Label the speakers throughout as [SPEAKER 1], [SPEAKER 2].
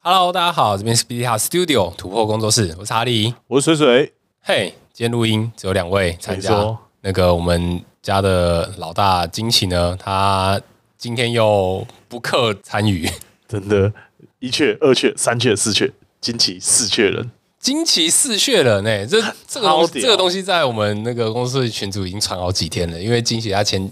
[SPEAKER 1] Hello，大家好，这边是 BT House Studio 突破工作室，我是哈利。
[SPEAKER 2] 我是水水，
[SPEAKER 1] 嘿、今天录音只有两位参
[SPEAKER 2] 没
[SPEAKER 1] 加
[SPEAKER 2] 错，
[SPEAKER 1] 那个我们家的老大金奇呢，他今天又不克参与。
[SPEAKER 2] 真的，一雀、二雀、三雀、四雀，惊奇四雀人，
[SPEAKER 1] 惊奇四血人呢、欸这这个东
[SPEAKER 2] 超屌
[SPEAKER 1] 这个东西在我们那个公司群组已经传好几天了，因为惊奇他前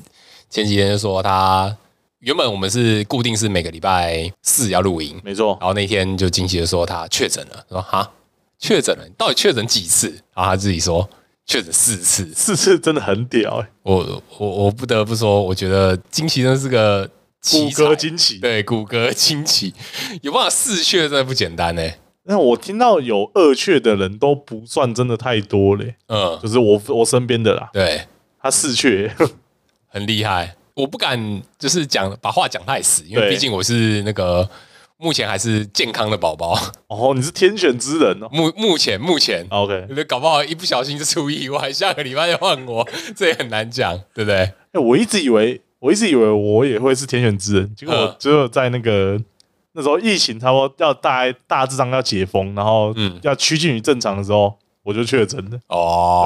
[SPEAKER 1] 前几天就说他原本我们是固定是每个礼拜四要录音，
[SPEAKER 2] 没错
[SPEAKER 1] 然，后那天就惊奇的说他确诊了，说哈确诊了，你到底确诊几次？然后他自己说确诊四次，
[SPEAKER 2] 四次真的很屌、欸，
[SPEAKER 1] 我我我不得不说，我觉得惊奇真的是个
[SPEAKER 2] 骨
[SPEAKER 1] 奇才
[SPEAKER 2] 骼惊奇。
[SPEAKER 1] 对骨骼惊奇，有办法四血真的不简单呢、欸
[SPEAKER 2] 那我听到有二雀的人都不算真的太多嘞、
[SPEAKER 1] 嗯，
[SPEAKER 2] 就是我我身边的啦，
[SPEAKER 1] 对。
[SPEAKER 2] 他四雀、
[SPEAKER 1] 很厉害。我不敢就是讲把话讲太死，因为
[SPEAKER 2] 对
[SPEAKER 1] 毕竟我是那个目前还是健康的宝宝，
[SPEAKER 2] 哦，你是天选之人哦。
[SPEAKER 1] 目目前目前。
[SPEAKER 2] OK，哎、
[SPEAKER 1] 那搞不好一不小心就出意外，下个礼拜就换我，这也很难讲，对不对？
[SPEAKER 2] 欸我一直以为，我一直以为我也会是天选之人，结果我
[SPEAKER 1] 嗯
[SPEAKER 2] 只有在那个那时候疫情差不多要大大致上要解封，然后
[SPEAKER 1] 嗯
[SPEAKER 2] 要趋近于正常的时候，我就确诊了。对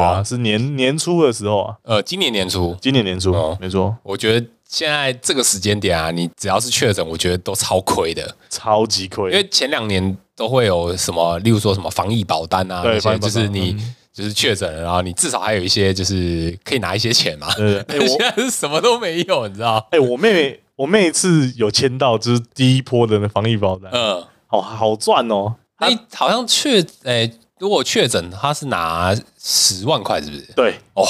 [SPEAKER 2] 啊，
[SPEAKER 1] 哦，
[SPEAKER 2] 是年年初的时候啊，
[SPEAKER 1] 呃，今年年初，
[SPEAKER 2] 今年年初，
[SPEAKER 1] 哦
[SPEAKER 2] 没错，
[SPEAKER 1] 我觉得现在这个时间点啊，你只要是确诊，我觉得都超亏的，
[SPEAKER 2] 超级亏，
[SPEAKER 1] 因为前两年都会有什么，例如说什么防疫保单嗯啊，
[SPEAKER 2] 对
[SPEAKER 1] 那
[SPEAKER 2] 防
[SPEAKER 1] 些
[SPEAKER 2] 疫保
[SPEAKER 1] 就
[SPEAKER 2] 单
[SPEAKER 1] 是你就是确诊了，然后你至少还有一些就是可以拿一些钱嘛，
[SPEAKER 2] 对对对哎
[SPEAKER 1] 现
[SPEAKER 2] 我
[SPEAKER 1] 在是什么都没有，你知道？
[SPEAKER 2] 哎、我妹妹，我妹一次有签到，就是第一波的那防疫保单，
[SPEAKER 1] 嗯，
[SPEAKER 2] 好好赚哦。
[SPEAKER 1] 那你哎好像确诶、如果确诊，他是拿十万块，是不是？
[SPEAKER 2] 对，
[SPEAKER 1] 哦，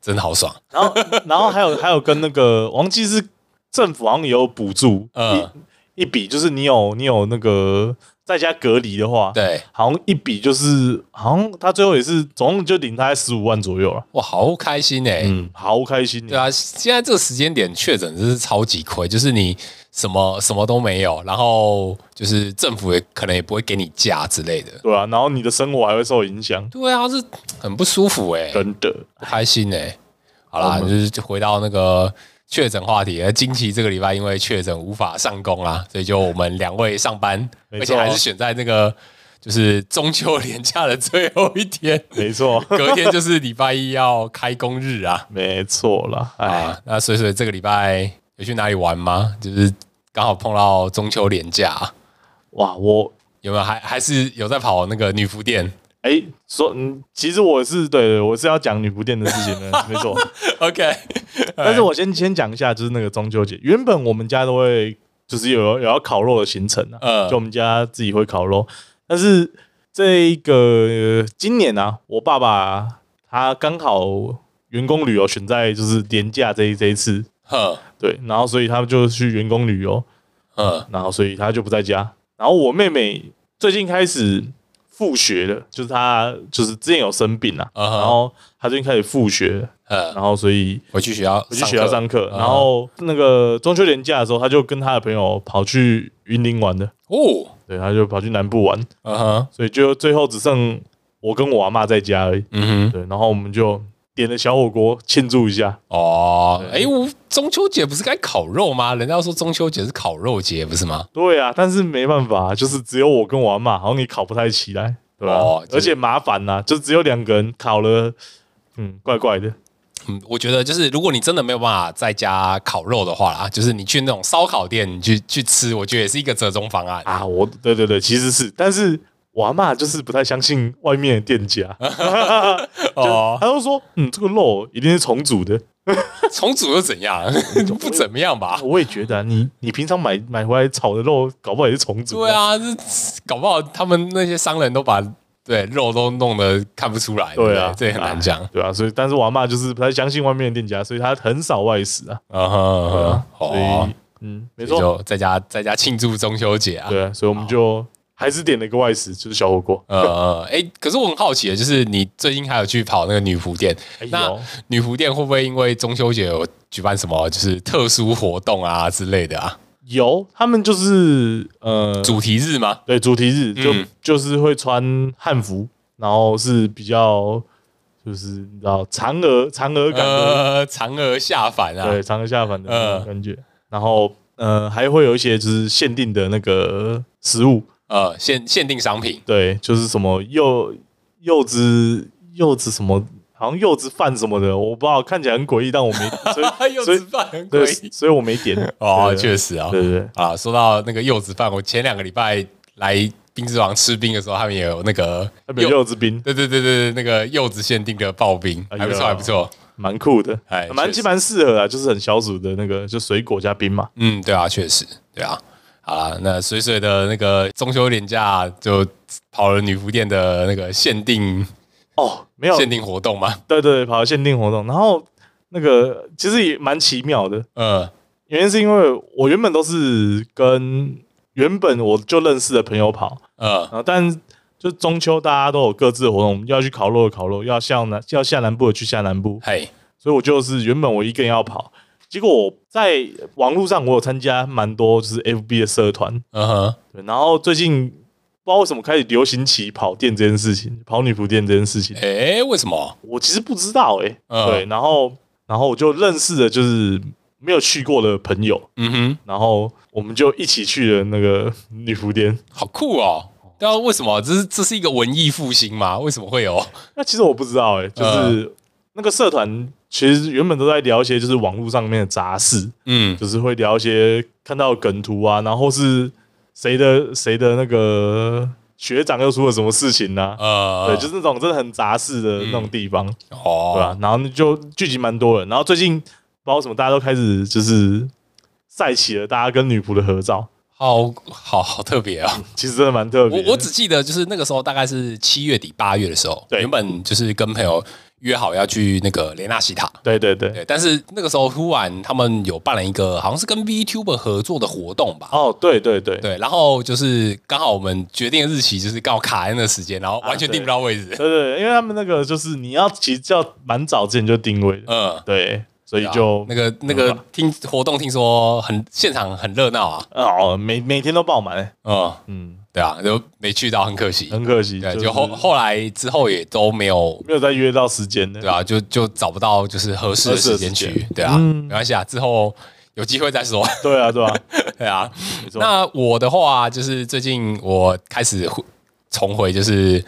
[SPEAKER 1] 真的好爽。
[SPEAKER 2] 然后 然后还有还有跟那个忘记是政府好像也有补助，
[SPEAKER 1] 嗯
[SPEAKER 2] 一一笔就是你有你有那个在家隔离的话，，
[SPEAKER 1] 对，
[SPEAKER 2] 好像一笔就是好像他最后也是总共就领他十五万左右了，
[SPEAKER 1] 哇，好开心哎、
[SPEAKER 2] 嗯，好开心，
[SPEAKER 1] 对啊，现在这个时间点确诊真是超级亏，就是你什么什么都没有，然后就是政府也可能也不会给你假之类的。
[SPEAKER 2] 对啊，然后你的生活还会受影响，
[SPEAKER 1] 对啊，这很不舒服哎、
[SPEAKER 2] 真的。
[SPEAKER 1] 不开心哎、好啦，就是回到那个确诊话题，而惊奇这个礼拜因为确诊无法上工啦，所以就我们两位上班，
[SPEAKER 2] 没
[SPEAKER 1] 而
[SPEAKER 2] 错
[SPEAKER 1] 且还是选在那个就是中秋连假的最后一天，
[SPEAKER 2] 没错，
[SPEAKER 1] 隔天就是礼拜一要开工日啊。
[SPEAKER 2] 没错啦，哎，
[SPEAKER 1] 啊，那水水这个礼拜有去哪里玩吗？就是刚好碰到中秋连假啊、
[SPEAKER 2] 哇，我
[SPEAKER 1] 有没有还还是有在跑那个女服店
[SPEAKER 2] 哎、说，嗯，其实我是对对，我是要讲女仆店的事情的，没错。
[SPEAKER 1] ？OK，
[SPEAKER 2] 但是我先先讲一下，就是那个中秋节，原本我们家都会就是有有要烤肉的行程啊，
[SPEAKER 1] 嗯
[SPEAKER 2] 就我们家自己会烤肉，但是这个、呃今年啊，我爸爸他刚好员工旅游选在就是年假这一这一次，
[SPEAKER 1] 哼
[SPEAKER 2] 对，然后所以他就去员工旅游，
[SPEAKER 1] 嗯
[SPEAKER 2] 然后所以他就不在家。然后我妹妹最近开始复学了，就是她就是之前有生病啊
[SPEAKER 1] 嗯哼
[SPEAKER 2] 然后她最近开始复学，
[SPEAKER 1] 嗯，
[SPEAKER 2] 然后所以
[SPEAKER 1] 回去学校
[SPEAKER 2] 我去学校
[SPEAKER 1] 课
[SPEAKER 2] 上课
[SPEAKER 1] 嗯，哼
[SPEAKER 2] 然后那个中秋连假的时候，她就跟她的朋友跑去云林玩的，
[SPEAKER 1] 哦，
[SPEAKER 2] 对，她就跑去南部玩，
[SPEAKER 1] 嗯哼，
[SPEAKER 2] 所以就最后只剩我跟我阿妈在家而已，
[SPEAKER 1] 嗯哼。
[SPEAKER 2] 对，然后我们就点了小火锅庆祝一下，
[SPEAKER 1] 哦，哎、
[SPEAKER 2] 对
[SPEAKER 1] 我中秋节不是该烤肉吗？人家说中秋节是烤肉节，不是吗？
[SPEAKER 2] 对啊，但是没办法，就是只有我跟我阿妈，好像也考不太起来，对吧、
[SPEAKER 1] 哦就是
[SPEAKER 2] 而且麻烦呐、就只有两个人考了，嗯，怪怪的。
[SPEAKER 1] 嗯，我觉得就是如果你真的没有办法在家烤肉的话啦，就是你去那种烧烤店去去吃，我觉得也是一个折中方案。
[SPEAKER 2] 啊，我对对对，其实是，但是我阿妈就是不太相信外面的 店家，
[SPEAKER 1] 哦，
[SPEAKER 2] 她就说，嗯，这个肉一定是重组的。
[SPEAKER 1] 重组又怎 样？不怎么样吧？
[SPEAKER 2] 我也觉得啊、你你平常买买回来炒的肉，搞不好也是重组。
[SPEAKER 1] 对，啊，这搞不好他们那些商人都把对肉都弄得看不出来。
[SPEAKER 2] 对啊
[SPEAKER 1] 不这也很难讲。
[SPEAKER 2] 对啊，所以但是我阿妈就是不太相信外面的店家，所以她很少外食啊。
[SPEAKER 1] 嗯哼嗯
[SPEAKER 2] 对啊
[SPEAKER 1] 哼，，
[SPEAKER 2] 所
[SPEAKER 1] 哦
[SPEAKER 2] 以，嗯，没
[SPEAKER 1] 所以
[SPEAKER 2] 错，
[SPEAKER 1] 就啊在家在家庆祝中秋节啊。
[SPEAKER 2] 对啊，所以我们就还是点了一个外食，就是小火锅。
[SPEAKER 1] 呃，哎、可是我很好奇的，就是你最近还有去跑那个女仆店，
[SPEAKER 2] 哎呦
[SPEAKER 1] 那女仆店会不会因为中秋节有举办什么就是特殊活动啊之类的啊？
[SPEAKER 2] 有，他们就是呃，
[SPEAKER 1] 主题日吗？
[SPEAKER 2] 对主题日就、
[SPEAKER 1] 嗯
[SPEAKER 2] 就是会穿汉服，然后是比较就是你知道嫦娥嫦娥感的，
[SPEAKER 1] 呃，嫦娥下凡啊，
[SPEAKER 2] 对嫦娥下凡的那
[SPEAKER 1] 呃
[SPEAKER 2] 种感觉。然后呃，还会有一些就是限定的那个食物，
[SPEAKER 1] 呃，限限定商品，
[SPEAKER 2] 对，就是什么柚柚子柚子什么，好像柚子饭什么的，我不知道，看起来很诡异，但我没，所以
[SPEAKER 1] 柚
[SPEAKER 2] 所以
[SPEAKER 1] 子哎饭 很
[SPEAKER 2] 对，
[SPEAKER 1] 贵
[SPEAKER 2] 所以我没点。
[SPEAKER 1] 哦，
[SPEAKER 2] 对
[SPEAKER 1] 确实啊、
[SPEAKER 2] 对对对，
[SPEAKER 1] 啊，说到那个柚子饭，我前两个礼拜来冰之王吃冰的时候，他们也有那个
[SPEAKER 2] 那边柚子冰
[SPEAKER 1] 对对对对，对那个柚子限定的刨冰，
[SPEAKER 2] 哎呦
[SPEAKER 1] 还不错，还不错。
[SPEAKER 2] 蛮酷的
[SPEAKER 1] 哎，
[SPEAKER 2] 蛮
[SPEAKER 1] 确
[SPEAKER 2] 其
[SPEAKER 1] 实
[SPEAKER 2] 实蛮适合啊，就是很消暑的那个，就水果加冰嘛。
[SPEAKER 1] 嗯，对啊，确实，对啊。好啦，那水水的那个中秋连假就跑了女仆店的那个限定
[SPEAKER 2] 哦，没有，
[SPEAKER 1] 限定活动嘛？
[SPEAKER 2] 对对对，跑到限定活动，然后那个其实也蛮奇妙的，
[SPEAKER 1] 嗯
[SPEAKER 2] 原因是因为我原本都是跟原本我就认识的朋友跑，
[SPEAKER 1] 嗯
[SPEAKER 2] 然后但就中秋大家都有各自的活动，要去烤肉的烤肉，要向南要下南部的去下南部，
[SPEAKER 1] 嘿，
[SPEAKER 2] 所以我就是原本我一个人要跑，结果我在网络上我有参加蛮多就是 FB 的社团，
[SPEAKER 1] 嗯哼，
[SPEAKER 2] 对，然后最近不知道为什么开始流行起跑店这件事情，跑女仆店这件事情，
[SPEAKER 1] 诶，为什么？
[SPEAKER 2] 我其实不知道哎、
[SPEAKER 1] 嗯
[SPEAKER 2] 对，然后然后我就认识了就是没有去过的朋友，
[SPEAKER 1] 嗯
[SPEAKER 2] 然后我们就一起去了那个 女仆店。
[SPEAKER 1] 哼，好酷哦！对啊，为什么？这是这是一个文艺复兴吗？为什么会有？
[SPEAKER 2] 那其实我不知道哎、就是那个社团其实原本都在聊一些就是网络上面的杂事，
[SPEAKER 1] 嗯
[SPEAKER 2] 就是会聊一些看到的梗图啊，然后是谁的谁的那个学长又出了什么事情啊呢、
[SPEAKER 1] 呃，
[SPEAKER 2] 对，就是那种真的很杂事的那种地方。
[SPEAKER 1] 哦，
[SPEAKER 2] 对啊，然后就聚集蛮多人，然后最近不知道为什么，大家都开始就是晒起了大家跟女仆的合照，
[SPEAKER 1] 好好好特别啊！
[SPEAKER 2] 其实真的蛮 特别
[SPEAKER 1] 我
[SPEAKER 2] 的。
[SPEAKER 1] 我只记得就是那个时候大概是七月底八月的时候，
[SPEAKER 2] 对
[SPEAKER 1] 原本就是跟朋友约好要去那个雷纳西塔，
[SPEAKER 2] 对对对，
[SPEAKER 1] 对，但是那个时候突然他们有办了一个好像是跟 VTuber 合作的活动吧。
[SPEAKER 2] 哦，对对对，对
[SPEAKER 1] 对，然后就是刚好我们决定的日期就是刚好卡在那个时间，然后完全
[SPEAKER 2] 啊对
[SPEAKER 1] 定不到位置。
[SPEAKER 2] 对对，因为他们那个就是你要其实要蛮早之前就定位的，
[SPEAKER 1] 嗯，
[SPEAKER 2] 对，所以
[SPEAKER 1] 对啊
[SPEAKER 2] 就、嗯
[SPEAKER 1] 那个那个听活动听说很现场很热闹啊。
[SPEAKER 2] 哦，每每天都爆满、欸，
[SPEAKER 1] 嗯，
[SPEAKER 2] 嗯，
[SPEAKER 1] 对啊，就没去到，很可惜。
[SPEAKER 2] 很可惜，
[SPEAKER 1] 对，
[SPEAKER 2] 是
[SPEAKER 1] 就后后来之后也都没有
[SPEAKER 2] 没有再约到时间的，
[SPEAKER 1] 对啊，就就找不到就是合适的时间
[SPEAKER 2] 合适的
[SPEAKER 1] 去
[SPEAKER 2] 时，
[SPEAKER 1] 对啊，
[SPEAKER 2] 嗯
[SPEAKER 1] 没关系啊，之后有机会再说，
[SPEAKER 2] 对啊，对啊，
[SPEAKER 1] 对啊
[SPEAKER 2] 没。错
[SPEAKER 1] 那我的话就是最近我开始回重回就是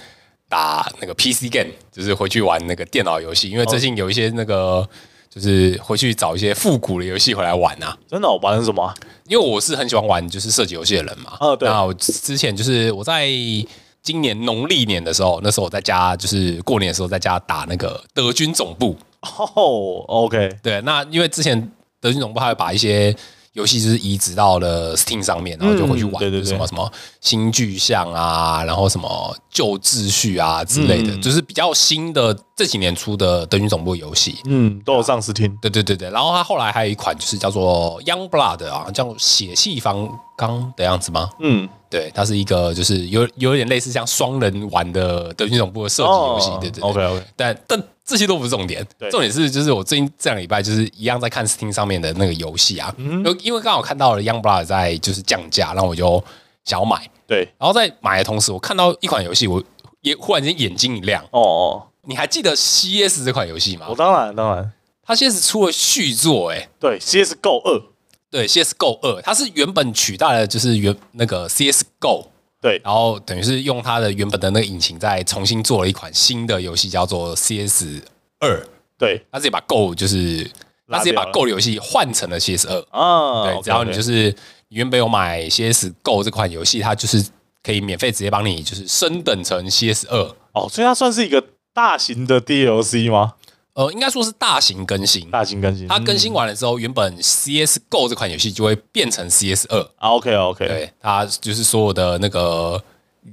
[SPEAKER 1] 打那个 PC game，就是回去玩那个电脑游戏，因为最近有一些那个就是回去找一些复古的游戏回来玩啊。
[SPEAKER 2] 真的、哦，玩什么啊、
[SPEAKER 1] 因为我是很喜欢玩就是射击游戏的人嘛。
[SPEAKER 2] 哦对
[SPEAKER 1] 那我之前就是我在今年农历年的时候，那时候我在家就是过年的时候在家打那个德军总部。
[SPEAKER 2] 哦，OK，
[SPEAKER 1] 对，那因为之前德军总部他会把一些游戏就是移植到了 Steam 上面，然后就回去玩，
[SPEAKER 2] 嗯对对对
[SPEAKER 1] 就是什么什么新巨像啊，然后什么旧秩序啊之类的，
[SPEAKER 2] 嗯
[SPEAKER 1] 就是比较新的这几年出的德军总部游戏。
[SPEAKER 2] 嗯，都有上试听，
[SPEAKER 1] 对对对对，然后他后来还有一款就是叫做 Young Blood 啊，叫血气方刚的样子吗？
[SPEAKER 2] 嗯，
[SPEAKER 1] 对，它是一个就是有有点类似像双人玩的德军总部的射击游戏，对对对。
[SPEAKER 2] 哦，OK OK，
[SPEAKER 1] 但但这些都不是重点
[SPEAKER 2] 对，
[SPEAKER 1] 重点是就是我最近这两个礼拜就是一样在看 Steam 上面的那个游戏啊，
[SPEAKER 2] 嗯
[SPEAKER 1] 就因为刚好看到了 Young Blood 在就是降价，然后我就想要买，
[SPEAKER 2] 对，
[SPEAKER 1] 然后在买的同时，我看到一款游戏，我也忽然间眼睛一亮。
[SPEAKER 2] 哦哦，
[SPEAKER 1] 你还记得 CS 这款游戏吗
[SPEAKER 2] 我？哦当然当然，
[SPEAKER 1] 它 CS 出了续作、欸，哎，
[SPEAKER 2] 对，CSGO 二，
[SPEAKER 1] 对，CS GO 二，它是原本取代了就是原那个 CS GO。
[SPEAKER 2] 对
[SPEAKER 1] 然后等于是用它的原本的那个引擎，再重新做了一款新的游戏，叫做 CS 二。
[SPEAKER 2] 对
[SPEAKER 1] 他直接把 Go 就是他
[SPEAKER 2] 拉掉了
[SPEAKER 1] 直接把 Go 的游戏换成了 CS 二、
[SPEAKER 2] 啊，
[SPEAKER 1] 对，只要你就是是你原本有买 CS Go 这款游戏，它就是可以免费直接帮你就是升等成 CS 二。
[SPEAKER 2] 哦，所以它算是一个大型的 DLC 吗？
[SPEAKER 1] 呃，应该说是大型更新。
[SPEAKER 2] 大型更新，
[SPEAKER 1] 它更
[SPEAKER 2] 嗯
[SPEAKER 1] 新完了之后，原本 CS GO 这款游戏就会变成 CS 二，
[SPEAKER 2] 啊，OK OK，
[SPEAKER 1] 对，它就是所有的那个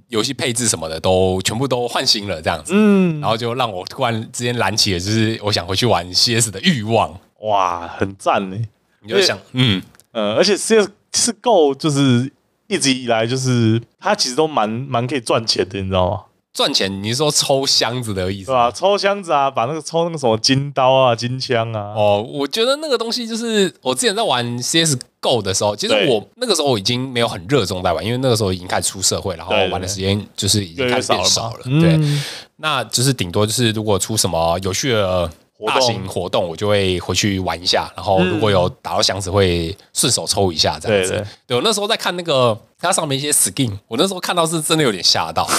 [SPEAKER 1] 游戏配置什么的都全部都换新了这样子，
[SPEAKER 2] 嗯，
[SPEAKER 1] 然后就让我突然之间燃起了就是我想回去玩 CS 的欲望，
[SPEAKER 2] 哇，很赞呢。
[SPEAKER 1] 你就想，嗯，
[SPEAKER 2] 嗯，而且 CS 是 Go 就是一直以来就是它其实都蛮蛮可以赚钱的，你知道吗？
[SPEAKER 1] 赚钱，你是说抽箱子的意思
[SPEAKER 2] 对？吧？抽箱子啊，把那个抽那个什么金刀啊、金枪啊，
[SPEAKER 1] 哦，我觉得那个东西就是我之前在玩 CS GO 的时候，其实
[SPEAKER 2] 对
[SPEAKER 1] 我那个时候我已经没有很热衷在玩，因为那个时候已经开始出社会，然后
[SPEAKER 2] 对对对
[SPEAKER 1] 玩的时间就是已
[SPEAKER 2] 越
[SPEAKER 1] 经
[SPEAKER 2] 来
[SPEAKER 1] 开
[SPEAKER 2] 越
[SPEAKER 1] 始变
[SPEAKER 2] 少
[SPEAKER 1] 少
[SPEAKER 2] 了
[SPEAKER 1] 了。
[SPEAKER 2] 嘛。
[SPEAKER 1] 对，
[SPEAKER 2] 嗯
[SPEAKER 1] 那就是顶多就是如果出什么有趣的
[SPEAKER 2] 活
[SPEAKER 1] 大型
[SPEAKER 2] 动，
[SPEAKER 1] 活动，我就会回去玩一
[SPEAKER 2] 嗯
[SPEAKER 1] 下。然后如果有打到箱子，会顺手抽一下这样子。
[SPEAKER 2] 对对
[SPEAKER 1] 我那时候在看那个它上面一些 skin，我那时候看到是真的有点吓 到，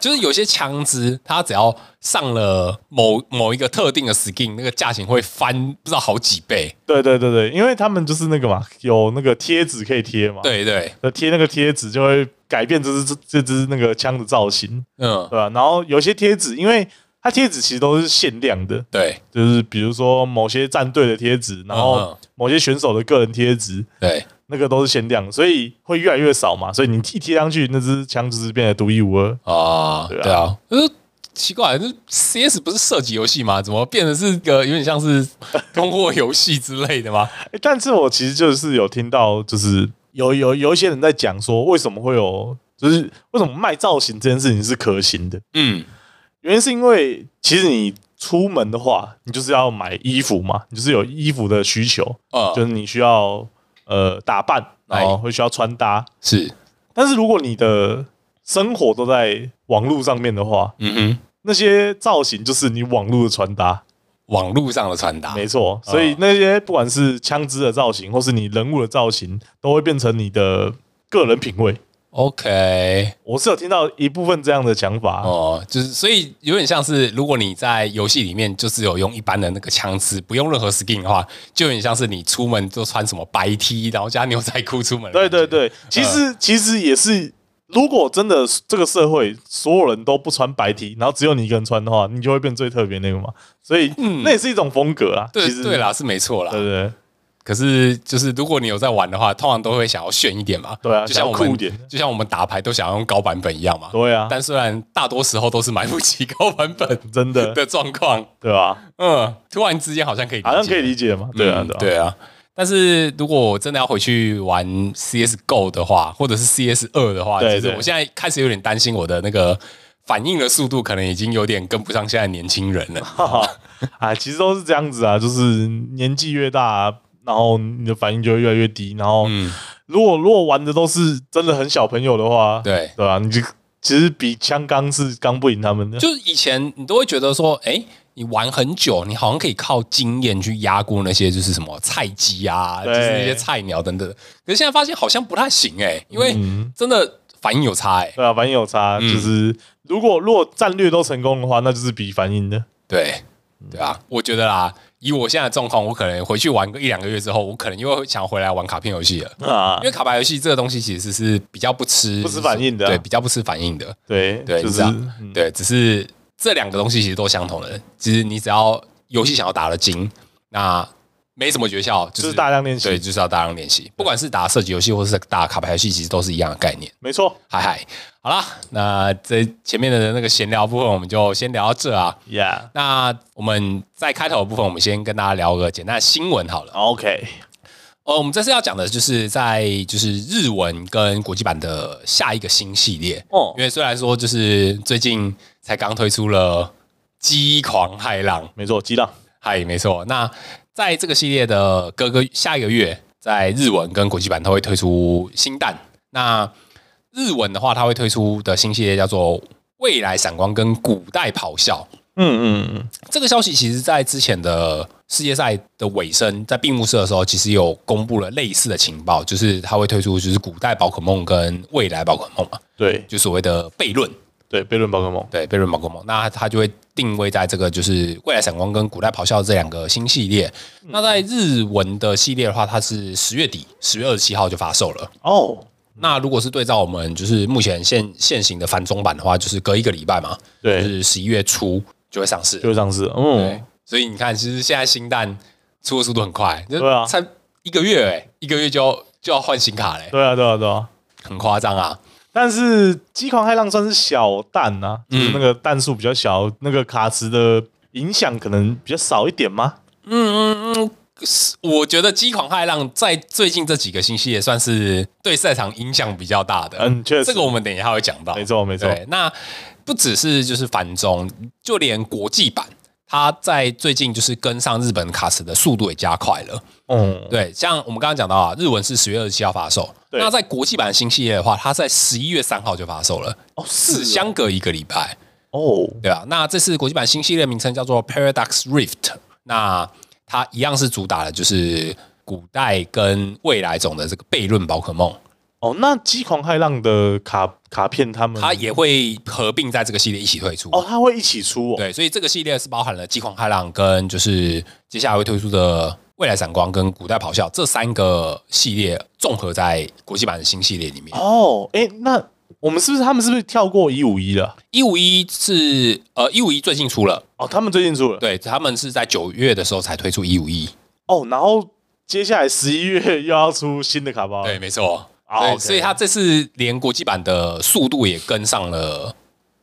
[SPEAKER 1] 就是有些枪支它只要上了某某一个特定的 skin，那个价钱会翻不知道好几倍。
[SPEAKER 2] 对对对对，因为他们就是那个嘛，有那个贴纸可以贴嘛，，
[SPEAKER 1] 对对，
[SPEAKER 2] 那贴那个贴纸就会改变这只这只那个枪的造型，
[SPEAKER 1] 嗯，
[SPEAKER 2] 对吧、然后有些贴纸，因为它贴纸其实都是限量的，
[SPEAKER 1] 对
[SPEAKER 2] 就是比如说某些战队的贴纸，
[SPEAKER 1] 嗯
[SPEAKER 2] 然后
[SPEAKER 1] 嗯
[SPEAKER 2] 某些选手的个人贴纸，
[SPEAKER 1] 对
[SPEAKER 2] 那个都是限量，所以会越来越少嘛。所以你一贴上去，那支枪就是变得独一无二。
[SPEAKER 1] 啊，
[SPEAKER 2] 对啊
[SPEAKER 1] 对啊，呃，奇怪，那 CS 不是射击游戏吗？怎么变得是个有点像是通货游戏之类的 吗？
[SPEAKER 2] 诶但是我其实就是有听到，就是有有有一些人在讲说，为什么会有，就是为什么卖造型这件事情是可行的？
[SPEAKER 1] 嗯，
[SPEAKER 2] 原因是因为其实你出门的话，你就是要买衣服嘛，你就是有衣服的需求，
[SPEAKER 1] 呃，
[SPEAKER 2] 就是你需要呃打扮，然后会需要穿搭。
[SPEAKER 1] 是，
[SPEAKER 2] 但是如果你的生活都在网络上面的话，
[SPEAKER 1] 嗯哼。
[SPEAKER 2] 那些造型就是你网络的穿搭，
[SPEAKER 1] 网络上的穿搭，
[SPEAKER 2] 没错。所以那些不管是枪支的造型，或是你人物的造型，都会变成你的个人品味。
[SPEAKER 1] OK，
[SPEAKER 2] 我是有听到一部分这样的讲法，
[SPEAKER 1] 哦、就是所以有点像是，如果你在游戏里面就只有用一般的那个枪支，不用任何 skin 的话，就有点像是你出门就穿什么白 T，然后加牛仔裤出门。
[SPEAKER 2] 对对，对，
[SPEAKER 1] 嗯
[SPEAKER 2] 其实、其实也是，如果真的这个社会所有人都不穿白 T，然后只有你一个人穿的话，你就会变最特别那个嘛。所以、那也是一种风格啊。其
[SPEAKER 1] 嗯对
[SPEAKER 2] 实
[SPEAKER 1] 对，啦，是没错啦。
[SPEAKER 2] 对对对
[SPEAKER 1] 可是就是如果你有在玩的话，通常都会想要炫一点嘛。
[SPEAKER 2] 对啊
[SPEAKER 1] 就像我
[SPEAKER 2] 想要
[SPEAKER 1] 们
[SPEAKER 2] 酷一点
[SPEAKER 1] 就像我们打牌都想要用高版本一样嘛。
[SPEAKER 2] 对啊，
[SPEAKER 1] 但虽然大多时候都是买不起高版本
[SPEAKER 2] 真的
[SPEAKER 1] 的状况，
[SPEAKER 2] 对吧？
[SPEAKER 1] 嗯，突然之间好像可以理解，
[SPEAKER 2] 好像可以理解嘛。对啊，
[SPEAKER 1] 嗯
[SPEAKER 2] 对啊。
[SPEAKER 1] 对啊。但是如果我真的要回去玩 CS GO 的话，或者是 CS 二的话，
[SPEAKER 2] 对
[SPEAKER 1] 就是
[SPEAKER 2] 对
[SPEAKER 1] 我现在开始有点担心我的那个反应的速度可能已经有点跟不上现在年轻人 了。
[SPEAKER 2] 哈哈，啊，其实都是这样子啊，就是年纪越大，然后你的反应就会越来越低，然后
[SPEAKER 1] 嗯，
[SPEAKER 2] 如果如果玩的都是真的很小朋友的话，
[SPEAKER 1] 对。
[SPEAKER 2] 对啊吧、你就其实比枪刚是刚不赢他们的，
[SPEAKER 1] 就是以前你都会觉得说，哎、你玩很久，你好像可以靠经验去压过那些就是什么菜鸡啊，就
[SPEAKER 2] 对
[SPEAKER 1] 是那些菜鸟等等的。可是现在发现好像不太行哎、因为
[SPEAKER 2] 嗯
[SPEAKER 1] 真的反应有差哎、
[SPEAKER 2] 对啊，反应有差，
[SPEAKER 1] 嗯
[SPEAKER 2] 就是如果如果战略都成功的话，那就是比反应的，
[SPEAKER 1] 对，
[SPEAKER 2] 嗯
[SPEAKER 1] 对啊，我觉得啦，以我现在的状况，我可能回去玩个一两个月之后，我可能又会想回来玩卡片游戏了，
[SPEAKER 2] 啊
[SPEAKER 1] 因，为卡牌游戏这个东西其实是比较不吃
[SPEAKER 2] 不吃反应的啊
[SPEAKER 1] 对，比较不吃反应的，
[SPEAKER 2] 对，
[SPEAKER 1] 对，
[SPEAKER 2] 就
[SPEAKER 1] 你知
[SPEAKER 2] 是嗯
[SPEAKER 1] 道，对，只是这两个东西其实都相同的，其实你只要游戏想要打的精，那没什么诀窍，就
[SPEAKER 2] 就是大量练习
[SPEAKER 1] 对，就是要大量练习，不管是打射击游戏或是打卡牌游戏，其实都是一样的概念。
[SPEAKER 2] 没错，
[SPEAKER 1] 嗨嗨，好啦，那这前面的那个闲聊部分我们就先聊到这啊。
[SPEAKER 2] 呀、
[SPEAKER 1] 那我们在开头的部分，我们先跟大家聊个简单的新闻好了。
[SPEAKER 2] o k
[SPEAKER 1] 哦，我们这次要讲的就是在就是日文跟国际版的下一个新系列
[SPEAKER 2] 哦
[SPEAKER 1] 因为虽然说就是最近才刚推出了《机狂骇浪》，
[SPEAKER 2] 没错，激浪，
[SPEAKER 1] 嗨，没错。那在这个系列的各个下一个月，在日文跟国际版都会推出新蛋。那日文的话，它会推出的新系列叫做《未来闪光》跟《古代咆哮》。
[SPEAKER 2] 嗯嗯嗯，
[SPEAKER 1] 这个消息其实，在之前的世界赛的尾声，在闭幕式的时候，其实有公布了类似的情报，就是它会推出就是古代宝可梦跟未来宝可梦嘛，
[SPEAKER 2] 对
[SPEAKER 1] 就所谓的悖论，
[SPEAKER 2] 对，悖论宝可梦，
[SPEAKER 1] 对悖论宝可梦，那它就会定位在这个就是未来闪光跟古代咆哮这两个新系列。那在日文的系列的话，它是十月底，十月二十七号就发售了。
[SPEAKER 2] 哦，
[SPEAKER 1] 那如果是对照我们就是目前现现行的繁中版的话，就是隔一个礼拜嘛，就
[SPEAKER 2] 对，
[SPEAKER 1] 是十一月初就会上市。
[SPEAKER 2] 就会上市，
[SPEAKER 1] 对
[SPEAKER 2] 嗯，，
[SPEAKER 1] 所以你看，其实现在新蛋出的速度很快，就
[SPEAKER 2] 对啊
[SPEAKER 1] 才一个月哎、一个月就要就要换新卡嘞、
[SPEAKER 2] 对啊，对啊，对啊。
[SPEAKER 1] 很夸张啊。
[SPEAKER 2] 但是激狂骇浪算是小弹呐、就是
[SPEAKER 1] 嗯
[SPEAKER 2] 那个弹数比较小，那个卡池的影响可能比较少一点吗？
[SPEAKER 1] 我觉得《机狂骇浪》在最近这几个星期也算是对赛场影响比较大的。
[SPEAKER 2] 嗯，确实，
[SPEAKER 1] 这个我们等一下会讲到。
[SPEAKER 2] 没错没错
[SPEAKER 1] 对，那不只是就是繁中，就连国际版，它在最近就是跟上日本卡池的速度也加快了。
[SPEAKER 2] 嗯，
[SPEAKER 1] 对，像我们刚刚讲到啊，日文是十月二十七号发售，
[SPEAKER 2] 对
[SPEAKER 1] 那在国际版的新系列的话，它在十一月三号就发售了，
[SPEAKER 2] 哦，
[SPEAKER 1] 是啊
[SPEAKER 2] 香
[SPEAKER 1] 相隔一个礼拜，
[SPEAKER 2] 哦，
[SPEAKER 1] 对啊，那这次国际版新系列名称叫做 Paradox Rift。那它一样是主打的就是古代跟未来种的这个悖论宝可梦，
[SPEAKER 2] 哦，那激狂骇浪的卡卡片他们，
[SPEAKER 1] 它也会合并在这个系列一起推出。
[SPEAKER 2] 嗯哦，他会一起出哦。
[SPEAKER 1] 对，所以这个系列是包含了《激狂骇浪》跟就是接下来会推出的《未来闪光》跟《古代咆哮》这三个系列综合在国际版的新系列里面。
[SPEAKER 2] 哦，哎，那我们是不是他们是不是跳过一五一了？
[SPEAKER 1] 一五一是呃一五一最近出了，
[SPEAKER 2] 哦，他们最近出了。
[SPEAKER 1] 对他们是在九月的时候才推出一五一。
[SPEAKER 2] 哦，然后接下来十一月又要出新的卡包了。
[SPEAKER 1] 对，没错。
[SPEAKER 2] 啊
[SPEAKER 1] 对
[SPEAKER 2] OK
[SPEAKER 1] 所以它这次连国际版的速度也跟上了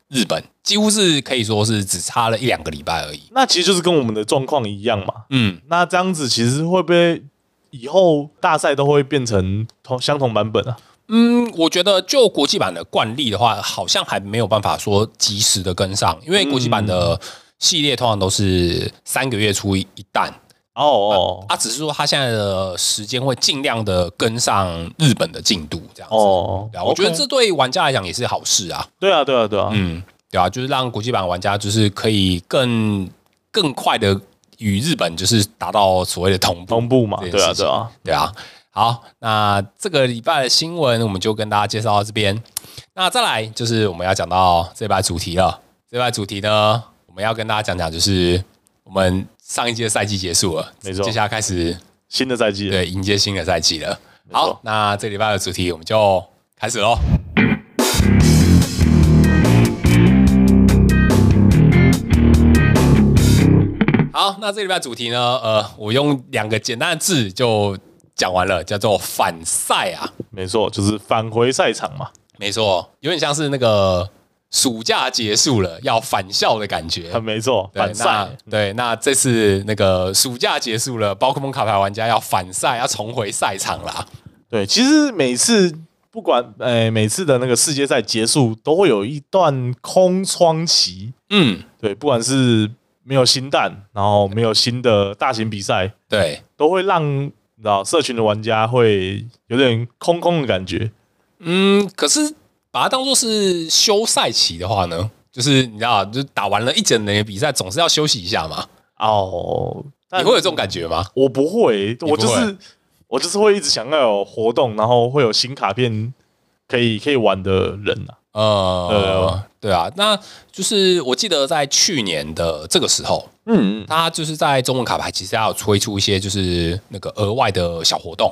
[SPEAKER 1] 日本，几乎是可以说是只差了一两个礼拜而已。
[SPEAKER 2] 那其实就是跟我们的状况一样嘛。
[SPEAKER 1] 嗯，
[SPEAKER 2] 那这样子其实会不会以后大赛都会变成同相同版本啊？
[SPEAKER 1] 嗯，我觉得就国际版的惯例的话，好像还没有办法说及时的跟上，因为国际版
[SPEAKER 2] 嗯
[SPEAKER 1] 的系列通常都是三个月出一一弹，
[SPEAKER 2] 哦哦
[SPEAKER 1] 啊，只是说它现在的时间会尽量的跟上日本的进度，这样子。
[SPEAKER 2] 哦
[SPEAKER 1] 对啊，我觉得
[SPEAKER 2] OK
[SPEAKER 1] 这对玩家来讲也是好事啊。
[SPEAKER 2] 对啊对啊对啊，
[SPEAKER 1] 嗯，对啊，就是让国际版玩家就是可以更更快的与日本就是达到所谓的同步。
[SPEAKER 2] 同步嘛，
[SPEAKER 1] 这件
[SPEAKER 2] 对啊
[SPEAKER 1] 事情
[SPEAKER 2] 对啊。
[SPEAKER 1] 对啊，好，那这个礼拜的新闻我们就跟大家介绍到这边。那再来就是我们要讲到这礼拜主题了。这礼拜主题呢，我们要跟大家讲讲，就是我们上一届赛季结束了，
[SPEAKER 2] 没错
[SPEAKER 1] 接下来开始
[SPEAKER 2] 新的赛季了，
[SPEAKER 1] 对迎接新的赛季了。
[SPEAKER 2] 错
[SPEAKER 1] 好，那这礼拜的主题我们就开始喽。好，那这礼拜主题呢，呃，我用两个简单的字就讲完了，叫做反赛啊。
[SPEAKER 2] 没错，就是返回赛场嘛，
[SPEAKER 1] 没错，有点像是那个暑假结束了要返校的感觉。
[SPEAKER 2] 很没错，
[SPEAKER 1] 对
[SPEAKER 2] 反赛。
[SPEAKER 1] 那对，那这次那个暑假结束了，宝可梦卡牌玩家要反赛，要重回赛场啦。
[SPEAKER 2] 对，其实每次不管呃每次的那个世界赛结束，都会有一段空窗期。
[SPEAKER 1] 嗯，
[SPEAKER 2] 对，不管是没有新蛋，然后没有新的大型比赛，
[SPEAKER 1] 对，
[SPEAKER 2] 都会让你知道社群的玩家会有点空空的感觉。
[SPEAKER 1] 嗯，可是把它当做是休赛期的话呢，就是你知道，啊就是打完了一整年的比赛，总是要休息一下嘛。
[SPEAKER 2] 哦，
[SPEAKER 1] 你会有这种感觉吗？
[SPEAKER 2] 我不会，
[SPEAKER 1] 会
[SPEAKER 2] 我就是我就是会一直想要有活动，然后会有新卡片可以可以玩的人啊。
[SPEAKER 1] 呃
[SPEAKER 2] 呃，
[SPEAKER 1] 对啊，那就是我记得在去年的这个时候，
[SPEAKER 2] 嗯，
[SPEAKER 1] 它就是在中文卡牌其实要推出一些就是那个额外的小活动。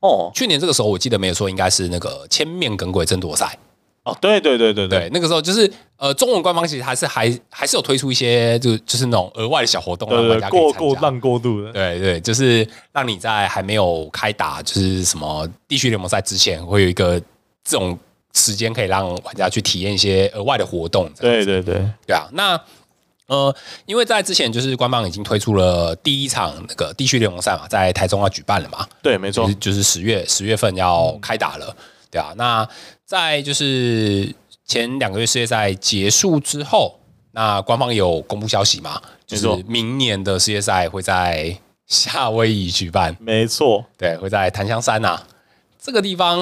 [SPEAKER 2] 哦
[SPEAKER 1] 去年这个时候，我记得没有说应该是那个千面耿鬼争夺赛，
[SPEAKER 2] 哦，对对对对对，
[SPEAKER 1] 对，那个时候就是呃，中文官方其实还是还还是有推出一些就就是那种额外的小活动，让
[SPEAKER 2] 对
[SPEAKER 1] 玩
[SPEAKER 2] 对
[SPEAKER 1] 家
[SPEAKER 2] 对，
[SPEAKER 1] 可以
[SPEAKER 2] 过
[SPEAKER 1] 参
[SPEAKER 2] 过
[SPEAKER 1] 加
[SPEAKER 2] 浪过度 的，
[SPEAKER 1] 对对，就是让你在还没有开打，就是什么地区联盟赛之前，会有一个这种时间可以让玩家去体验一些额外的活动。这样
[SPEAKER 2] 对对对，
[SPEAKER 1] 对啊，那呃，因为在之前就是官方已经推出了第一场那个地区联盟赛嘛，在台中要举办了嘛，
[SPEAKER 2] 对，没错
[SPEAKER 1] 就是，就是十月十月份要
[SPEAKER 2] 嗯
[SPEAKER 1] 开打了，对啊。那在就是前两个月世界赛结束之后，那官方有公布消息嘛，就是
[SPEAKER 2] 没错
[SPEAKER 1] 明年的世界赛会在夏威夷举办，
[SPEAKER 2] 没错，
[SPEAKER 1] 对，会在檀香山呐、这个地方，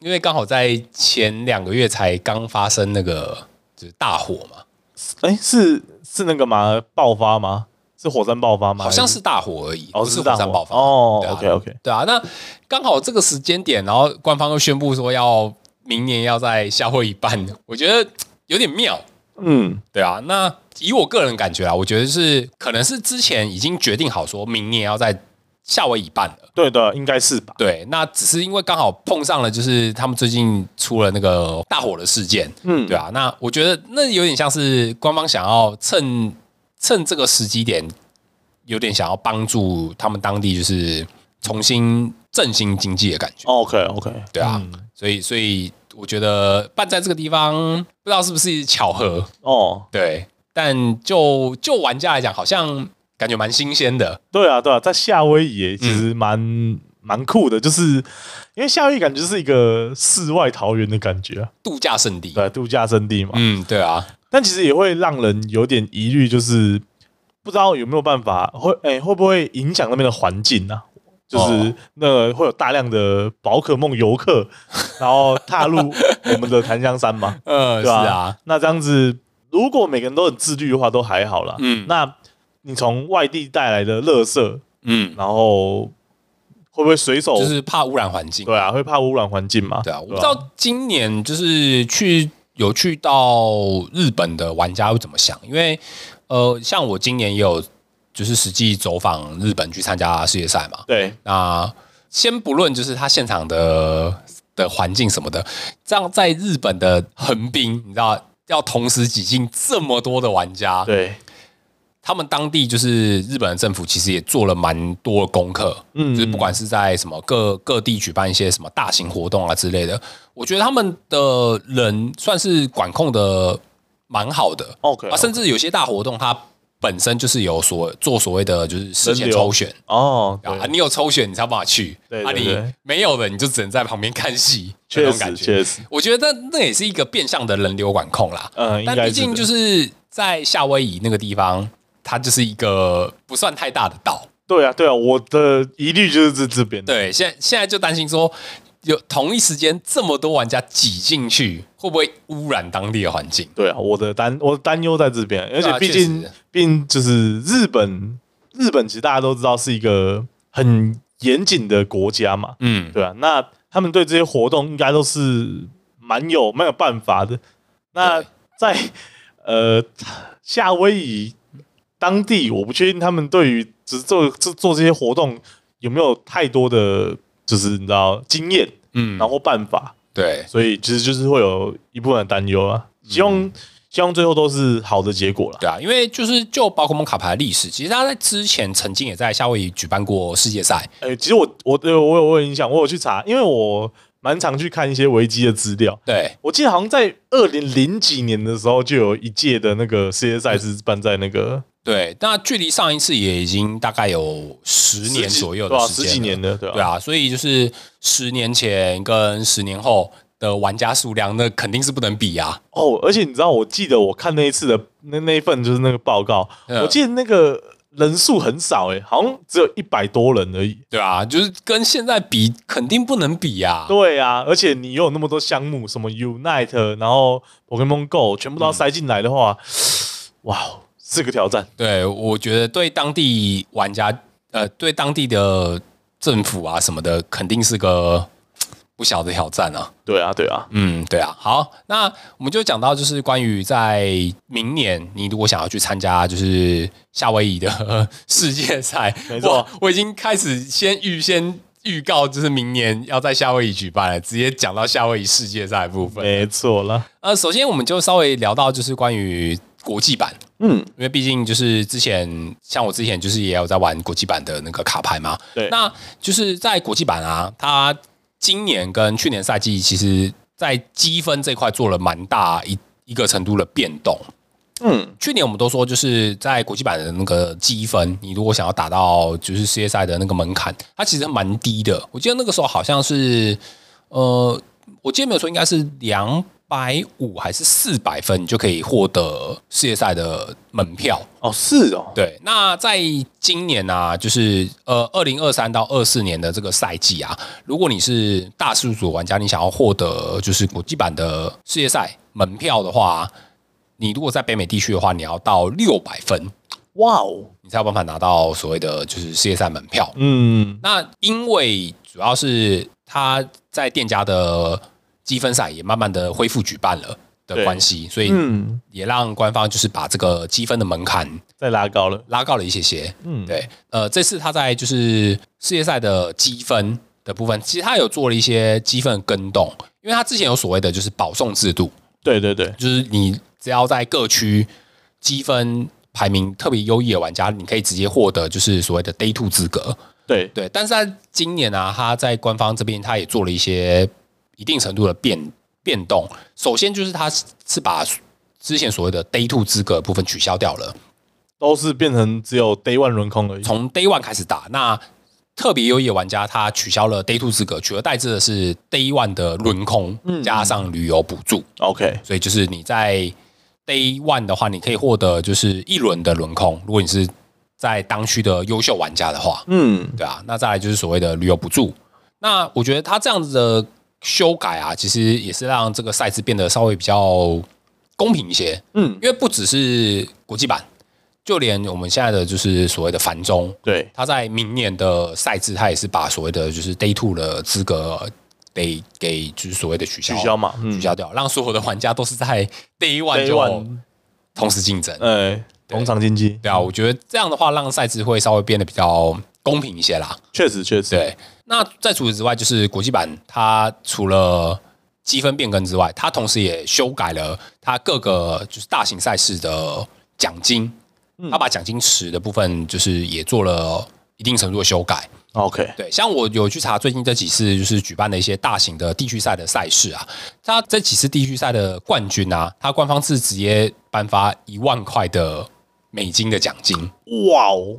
[SPEAKER 1] 因为刚好在前两个月才刚发生那个就是大火嘛，
[SPEAKER 2] 哎，是是那个吗？爆发吗？是火山爆发吗？
[SPEAKER 1] 好像
[SPEAKER 2] 还
[SPEAKER 1] 是大火而已，
[SPEAKER 2] 哦，
[SPEAKER 1] 不是
[SPEAKER 2] 大
[SPEAKER 1] 火山爆发。
[SPEAKER 2] 哦
[SPEAKER 1] 对啊
[SPEAKER 2] ，OK OK，
[SPEAKER 1] 对啊，那刚好这个时间点，然后官方又宣布说要明年要在夏威夷办， 我觉得嘖有点妙。
[SPEAKER 2] 嗯，
[SPEAKER 1] 对啊，那以我个人感觉啊，我觉得是可能是之前已经决定好说明年要在夏威夷办了。
[SPEAKER 2] 对的，应该是吧？
[SPEAKER 1] 对，那只是因为刚好碰上了，就是他们最近出了那个大火的事件，
[SPEAKER 2] 嗯
[SPEAKER 1] 对啊，那我觉得那有点像是官方想要趁趁这个时机点，有点想要帮助他们当地就是重新振兴经济的感觉，
[SPEAKER 2] ，OK OK，
[SPEAKER 1] 对啊，所以所以我觉得办在这个地方，不知道是不是巧合，
[SPEAKER 2] 哦，
[SPEAKER 1] 对，但就就玩家来讲，好像感觉蛮新鲜的，
[SPEAKER 2] 对啊，对啊，在夏威夷耶其实
[SPEAKER 1] 嗯
[SPEAKER 2] 蛮蛮、酷的，就是因为夏威夷感觉就是一个世外桃源的感觉啊，
[SPEAKER 1] 度假胜地，
[SPEAKER 2] 对啊，度假胜地嘛。
[SPEAKER 1] 嗯，对啊，
[SPEAKER 2] 但其实也会让人有点疑虑，就是不知道有没有办法会哎、会不会影响那边的环境啊？就是
[SPEAKER 1] 哦
[SPEAKER 2] 那个会有大量的宝可梦 游客，然后踏入我们的檀香山嘛，
[SPEAKER 1] 呃，
[SPEAKER 2] 对
[SPEAKER 1] 是
[SPEAKER 2] 吧、
[SPEAKER 1] 啊，
[SPEAKER 2] 那这样子，如果每个人都很自律的话，都还好啦。
[SPEAKER 1] 嗯
[SPEAKER 2] 那你从外地带来的垃圾，
[SPEAKER 1] 嗯，
[SPEAKER 2] 然后会不会随手
[SPEAKER 1] 就是怕污染环境。
[SPEAKER 2] 对啊，会怕污染环境嘛？
[SPEAKER 1] 对啊，我不知道今年就是去有去到日本的玩家会怎么想，因为呃，像我今年也有就是实际走访日本去参加世界赛嘛。
[SPEAKER 2] 对，
[SPEAKER 1] 那先不论就是他现场的的环境什么的，这样在日本的横滨，你知道要同时挤进这么多的玩家，
[SPEAKER 2] 对，
[SPEAKER 1] 他们当地就是日本的政府，其实也做了蛮多的功课，
[SPEAKER 2] 嗯
[SPEAKER 1] 就是不管是在什么各各地举办一些什么大型活动啊之类的，我觉得他们的人算是管控的蛮好的
[SPEAKER 2] OK，
[SPEAKER 1] 啊，甚至有些大活动它本身就是有所做所谓的就是事
[SPEAKER 2] 人
[SPEAKER 1] 先
[SPEAKER 2] 流
[SPEAKER 1] 抽选。
[SPEAKER 2] 哦，对
[SPEAKER 1] 啊，你有抽选，你才有办法去。
[SPEAKER 2] 对
[SPEAKER 1] 啊，
[SPEAKER 2] 对
[SPEAKER 1] 你
[SPEAKER 2] 对
[SPEAKER 1] 没有的，你就只能在旁边看戏，那
[SPEAKER 2] 确
[SPEAKER 1] 种感
[SPEAKER 2] 实
[SPEAKER 1] 觉
[SPEAKER 2] 确实，
[SPEAKER 1] 我觉得那也是一个变相的人流管控啦。
[SPEAKER 2] 嗯，应
[SPEAKER 1] 但
[SPEAKER 2] 该
[SPEAKER 1] 毕竟就是是在夏威夷那个地方，它就是一个不算太大的岛。
[SPEAKER 2] 的对啊对啊，我的疑虑就是这这边啊的，
[SPEAKER 1] 对，现在现在就担心说，有同一时间这么多玩家挤进去，会不会污染当地的环境？
[SPEAKER 2] 对啊，我的担我的担忧在这边，
[SPEAKER 1] 对
[SPEAKER 2] 而且
[SPEAKER 1] 啊
[SPEAKER 2] 毕
[SPEAKER 1] 确实
[SPEAKER 2] 竟毕竟就是日本，日本其实大家都知道是一个很严谨的国家嘛，
[SPEAKER 1] 嗯，
[SPEAKER 2] 对啊，那他们对这些活动应该都是蛮有蛮有办法的。那
[SPEAKER 1] 对
[SPEAKER 2] 在呃夏威夷当地，我不确定他们对于只做做做这些活动有没有太多的，就是你知道经验，
[SPEAKER 1] 嗯
[SPEAKER 2] 然后办法，
[SPEAKER 1] 对，
[SPEAKER 2] 所以其实就是会有一部分的担忧啊。
[SPEAKER 1] 嗯
[SPEAKER 2] 希望、希望最后都是好的结果啦。
[SPEAKER 1] 对啊，因为就是就宝可梦卡牌的历史，其实它在之前曾经也在夏威夷举办过世界赛。
[SPEAKER 2] 哎、其实我我对我有我有印象，我有去查，因为我蛮常去看一些维基的资料。
[SPEAKER 1] 对，
[SPEAKER 2] 我记得好像在二零零几年的时候，就有一届的那个世界赛是办在那个
[SPEAKER 1] 对，那距离上一次也已经大概有十年左右
[SPEAKER 2] 对
[SPEAKER 1] 的
[SPEAKER 2] 吧？
[SPEAKER 1] 时
[SPEAKER 2] 十
[SPEAKER 1] 间，
[SPEAKER 2] 几年。的，对吧、
[SPEAKER 1] 对啊，所以就是十年前跟十年后的玩家数量，那肯定是不能比啊。
[SPEAKER 2] 哦，而且你知道，我记得我看那一次的那那一份就是那个报告，
[SPEAKER 1] 嗯
[SPEAKER 2] 我记得那个人数很少、欸，好像只有一百多人而已。
[SPEAKER 1] 对啊，就是跟现在比，肯定不能比啊。
[SPEAKER 2] 对啊，而且你又有那么多项目，什么 Unite，然后 Pokemon Go，全部都要塞进来的话，哇，是个挑战。
[SPEAKER 1] 对，我觉得对当地玩家，呃，对当地的政府啊什么的，肯定是个不小的挑战啊。
[SPEAKER 2] 对啊，对啊，
[SPEAKER 1] 嗯，对啊。好，那我们就讲到就是关于在明年，你如果想要去参加就是夏威夷的 呃世界赛，
[SPEAKER 2] 没错
[SPEAKER 1] 哇，我已经开始先预先预告，就是明年要在夏威夷举办了，直接讲到夏威夷世界赛的部分。
[SPEAKER 2] 没错啦。
[SPEAKER 1] 呃，首先我们就稍微聊到就是关于国际版，
[SPEAKER 2] 嗯，
[SPEAKER 1] 因为毕竟就是之前像我之前就是也有在玩国际版的那个卡牌嘛，
[SPEAKER 2] 对
[SPEAKER 1] 那就是在国际版啊，它今年跟去年赛季其实在积分这块做了蛮大一一个程度的变动。
[SPEAKER 2] 嗯，
[SPEAKER 1] 去年我们都说，就是在国际版的那个积分，你如果想要达到就是世界赛的那个门槛，它其实蛮低的。我记得那个时候好像是，呃，我记得没有错，应该是两百五还是四百分，你就可以获得世界赛的门票。
[SPEAKER 2] 哦，是哦，
[SPEAKER 1] 对，那在今年啊，就是呃，二零二三到二四年的这个赛季啊，如果你是大数组玩家，你想要获得就是国际版的世界赛门票的话，你如果在北美地区的话，你要到六百分，
[SPEAKER 2] 哇哦，
[SPEAKER 1] 你才有办法拿到所谓的就是世界赛门票。
[SPEAKER 2] 嗯，
[SPEAKER 1] 那因为主要是他在店家的积分赛也慢慢的恢复举办了的
[SPEAKER 2] 对
[SPEAKER 1] 关系，所以
[SPEAKER 2] 嗯，
[SPEAKER 1] 也让官方就是把这个积分的门槛
[SPEAKER 2] 再拉高了。
[SPEAKER 1] 拉高了一些些。
[SPEAKER 2] 嗯，
[SPEAKER 1] 对，呃，这次他在就是世界赛的积分的部分，其实他有做了一些积分跟动，因为他之前有所谓的就是保送制度，
[SPEAKER 2] 对对对，
[SPEAKER 1] 就是你只要在各区积分排名特别优异的玩家，你可以直接获得就是所谓的 Day Two 资格。
[SPEAKER 2] 对，
[SPEAKER 1] 对，但是他今年啊，他在官方这边他也做了一些一定程度的变变动。首先就是他是是把之前所谓的 Day Two 资格的部分取消掉了。
[SPEAKER 2] 都是变成只有 day one 轮空而已。
[SPEAKER 1] 从 Day One 开始打。那特别优异的玩家他取消了 Day Two 资格，取而代之的是 Day One 的轮空，加上旅游补助，
[SPEAKER 2] OK，
[SPEAKER 1] 所以就是你在 Day One 的话，你可以获得就是一轮的轮空，如果你是在当区的优秀玩家的话，
[SPEAKER 2] 嗯，
[SPEAKER 1] 对啊。那再来就是所谓的旅游补助。那我觉得他这样子的修改啊，其实也是让这个赛制变得稍微比较公平一些，
[SPEAKER 2] 嗯，
[SPEAKER 1] 因为不只是国际版，就连我们现在的就是所谓的繁中，
[SPEAKER 2] 对，
[SPEAKER 1] 他在明年的赛制，他也是把所谓的就是 Day Two 的资格得给就是所谓的取消
[SPEAKER 2] 取消嘛，
[SPEAKER 1] 取
[SPEAKER 2] 嗯，
[SPEAKER 1] 消掉，让所有的玩家都是在 Day One
[SPEAKER 2] Day
[SPEAKER 1] 就
[SPEAKER 2] one
[SPEAKER 1] 同时竞争。
[SPEAKER 2] 哎，农场经济，
[SPEAKER 1] 对啊，我觉得这样的话，让赛制会稍微变得比较公平一些啦。
[SPEAKER 2] 确实确实，
[SPEAKER 1] 对，那在除此之外，就是国际版它除了积分变更之外，它同时也修改了它各个就是大型赛事的奖金，它把奖金池的部分就是也做了一定程度的修改。
[SPEAKER 2] ，OK，
[SPEAKER 1] 对，像我有去查最近这几次就是举办的一些大型的地区赛的赛事啊，它这几次地区赛的冠军啊，它官方是直接颁发一万块的美金的奖金。
[SPEAKER 2] 哇哦，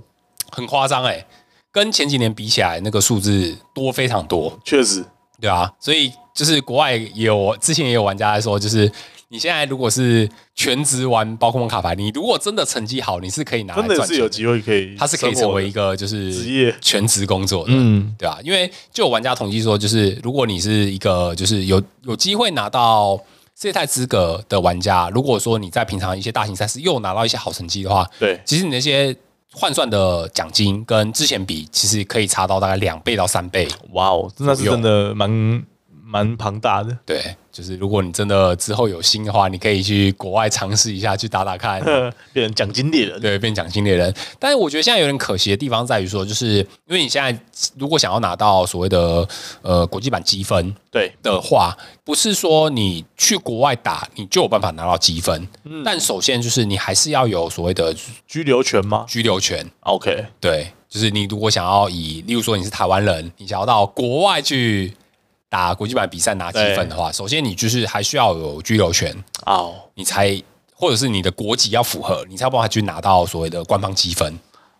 [SPEAKER 1] 很夸张哎，跟前几年比起来，那个数字多非常多，
[SPEAKER 2] 确实，
[SPEAKER 1] 对啊，所以就是国外也有之前也有玩家在说，就是你现在如果是全职玩包括梦卡牌，你如果真的成绩好，你是可以拿来
[SPEAKER 2] 真的
[SPEAKER 1] 赚
[SPEAKER 2] 是
[SPEAKER 1] 钱的，
[SPEAKER 2] 有机会可以，
[SPEAKER 1] 它是可以成为一，个就是
[SPEAKER 2] 职业
[SPEAKER 1] 全职工作的，
[SPEAKER 2] 嗯，
[SPEAKER 1] 对啊，因为就有玩家统计说，就是如果你是一个就是有有机会拿到世界赛资格的玩家，如果说你在平常一些大型赛事又拿到一些好成绩的话，
[SPEAKER 2] 对，
[SPEAKER 1] 其实你那些换算的奖金跟之前比，其实可以差到大概两倍到三倍。
[SPEAKER 2] 哇哦，那是
[SPEAKER 1] 左右
[SPEAKER 2] 真的蛮蛮庞大的，
[SPEAKER 1] 对，就是如果你真的之后有心的话，你可以去国外尝试一下，去打打看。
[SPEAKER 2] 变成奖金猎人，
[SPEAKER 1] 对，变奖金猎人。但是我觉得现在有点可惜的地方在于说，就是因为你现在如果想要拿到所谓的呃国际版积分
[SPEAKER 2] 对，
[SPEAKER 1] 的话，不是说你去国外打你就有办法拿到积分，但首先就是你还是要有所谓的
[SPEAKER 2] 居留权吗
[SPEAKER 1] 居留权。
[SPEAKER 2] ？OK，
[SPEAKER 1] 对，就是你如果想要以，例如说你是台湾人，你想要到国外去打国际版比赛拿积分的话，首先你就是还需要有居留权，
[SPEAKER 2] 哦，
[SPEAKER 1] 你才或者是你的国籍要符合，你才有办法去拿到所谓的官方积分。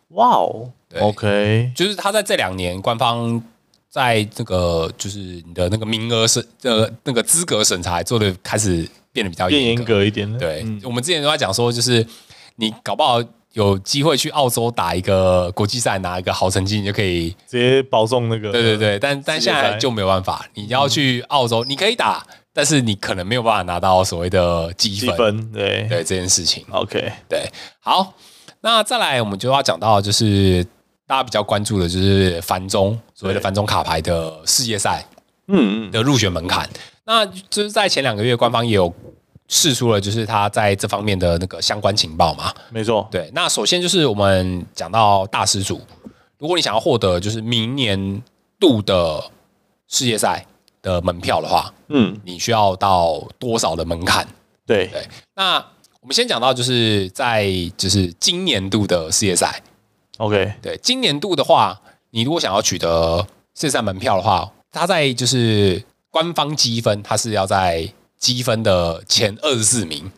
[SPEAKER 2] 哇哦
[SPEAKER 1] 对
[SPEAKER 2] ，OK，
[SPEAKER 1] 就是他在这两年官方。在这个就是你的那个名额审呃那个资格审查做的开始变得比较
[SPEAKER 2] 变
[SPEAKER 1] 严格
[SPEAKER 2] 严，格一点了，嗯
[SPEAKER 1] 对，我们之前都在讲说，就是你搞不好有机会去澳洲打一个国际赛，拿一个好成绩，你就可以
[SPEAKER 2] 直接保送那个，
[SPEAKER 1] 对对，对，但但
[SPEAKER 2] 世界
[SPEAKER 1] 现
[SPEAKER 2] 赛
[SPEAKER 1] 在就没有办法，你要去澳洲，你可以打，但是你可能没有办法拿到所谓的积
[SPEAKER 2] 积
[SPEAKER 1] 分。
[SPEAKER 2] 分，对
[SPEAKER 1] 对这件事情，
[SPEAKER 2] ，OK，
[SPEAKER 1] 对，好，那再来我们就要讲到就是大家比较关注的就是繁中所谓的
[SPEAKER 2] 对
[SPEAKER 1] 繁中卡牌的世界赛
[SPEAKER 2] 嗯嗯，
[SPEAKER 1] 的入选门槛，那就是在前两个月官方也有试出了就是他在这方面的那个相关情报嘛，
[SPEAKER 2] 没错，
[SPEAKER 1] 对，那首先就是我们讲到大师组，如果你想要获得就是明年度的世界赛的门票的话，
[SPEAKER 2] 嗯，
[SPEAKER 1] 你需要到多少的门槛？
[SPEAKER 2] 对，
[SPEAKER 1] 对，那我们先讲到就是在就是今年度的世界赛，
[SPEAKER 2] OK，
[SPEAKER 1] 对，今年度的话，你如果想要取得世界赛门票的话，它在就是官方积分，它是要在积分的前二十四名，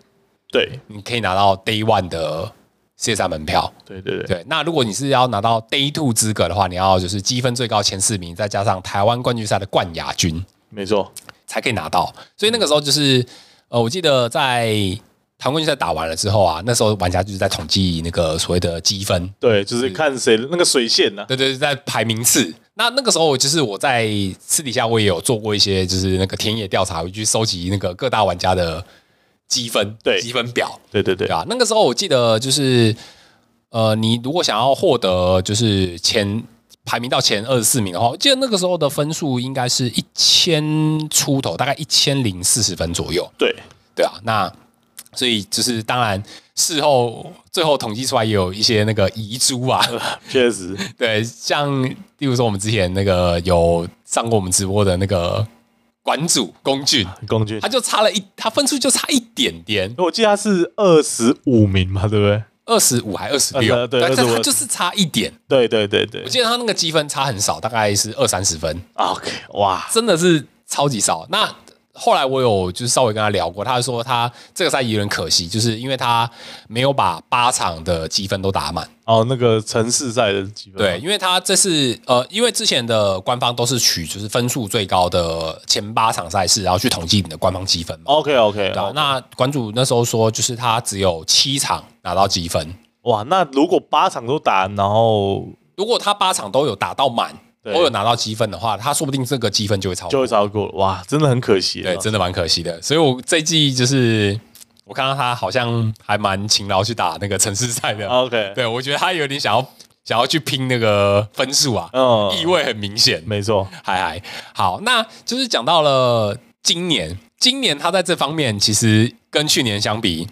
[SPEAKER 2] 对
[SPEAKER 1] 你可以拿到 Day One 的世界赛门票。
[SPEAKER 2] 对对对，
[SPEAKER 1] 对，那如果你是要拿到 Day Two 资格的话，你要就是积分最高前四名，再加上台湾冠军赛的冠亚军，
[SPEAKER 2] 没错，
[SPEAKER 1] 才可以拿到。所以那个时候就是，呃，我记得在台湾冠军赛打完了之后啊，那时候玩家就是在统计那个所谓的积分，
[SPEAKER 2] 对，就是看谁那个水线啊呢，
[SPEAKER 1] 对对对，在排名次。那那个时候，就是我在私底下我也有做过一些，就是那个田野调查，我去收集那个各大玩家的积分，
[SPEAKER 2] 对
[SPEAKER 1] 积分表。
[SPEAKER 2] 对对对
[SPEAKER 1] 对，啊，那个时候我记得就是，呃，你如果想要获得就是前排名到前二十四名的话，我记得那个时候的分数应该是一千出头，大概一千零四十分左右。
[SPEAKER 2] 对，
[SPEAKER 1] 对啊，那所以就是当然事后最后统计出来也有一些那个遗珠啊，
[SPEAKER 2] 确实，
[SPEAKER 1] 对，像例如说我们之前那个有上过我们直播的那个馆主龚俊，
[SPEAKER 2] 工具
[SPEAKER 1] 他，就差了一，他分数就差一点点，
[SPEAKER 2] 我记得他是二十五名嘛，对不对？
[SPEAKER 1] 二十五还二十六，
[SPEAKER 2] 呃对
[SPEAKER 1] 但
[SPEAKER 2] 25
[SPEAKER 1] 他就是差一点。
[SPEAKER 2] 对对对对
[SPEAKER 1] 我记得他那个积分差很少，大概是二三十分，
[SPEAKER 2] ，OK，哇，
[SPEAKER 1] 真的是超级少。那后来我有就是稍微跟他聊过，他说他这个赛有点可惜，就是因为他没有把八场的积分都打满。
[SPEAKER 2] 哦，那个城市赛的积分，
[SPEAKER 1] 对，，因啊为他这次呃，因为之前的官方都是取就是分数最高的前八场赛事，然后去统计你的官方积分嘛。
[SPEAKER 2] OK OK，
[SPEAKER 1] 对啊那馆主那时候说，就是他只有七场拿到积分，
[SPEAKER 2] 哇，那如果八场都打，然后
[SPEAKER 1] 如果他八场都有打到满，
[SPEAKER 2] 对
[SPEAKER 1] 都有拿到积分的话，他说不定这个积分就会超过
[SPEAKER 2] 就会超过，哇，真的很可惜啊。
[SPEAKER 1] 对，真的蛮可惜的。所以我这一季就是我看到他好像还蛮勤劳去打那个城市赛的。
[SPEAKER 2] OK，
[SPEAKER 1] 对，我觉得他有点想要想要去拼那个分数啊，
[SPEAKER 2] 嗯，
[SPEAKER 1] 意味很明显。
[SPEAKER 2] 没错，
[SPEAKER 1] 嗨嗨，好，那就是讲到了今年，今年他在这方面其实跟去年相比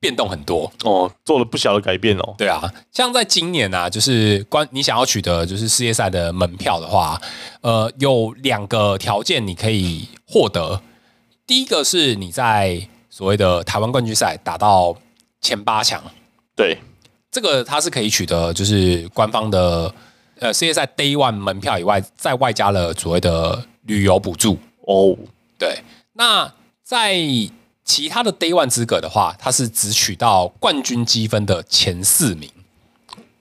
[SPEAKER 1] 变动很多。
[SPEAKER 2] 哦，做了不小的改变哦。
[SPEAKER 1] 对啊，像在今年啊，就是关你想要取得就是世界赛的门票的话，呃，有两个条件你可以获得。第一个是你在所谓的台湾冠军赛打到前八强，
[SPEAKER 2] 对，
[SPEAKER 1] 这个它是可以取得，就是官方的呃世界赛 Day One 门票以外，再外加了所谓的旅游补助。
[SPEAKER 2] 哦，
[SPEAKER 1] 对，那在其他的 Day One 资格的话，它是只取到冠军积分的前四名，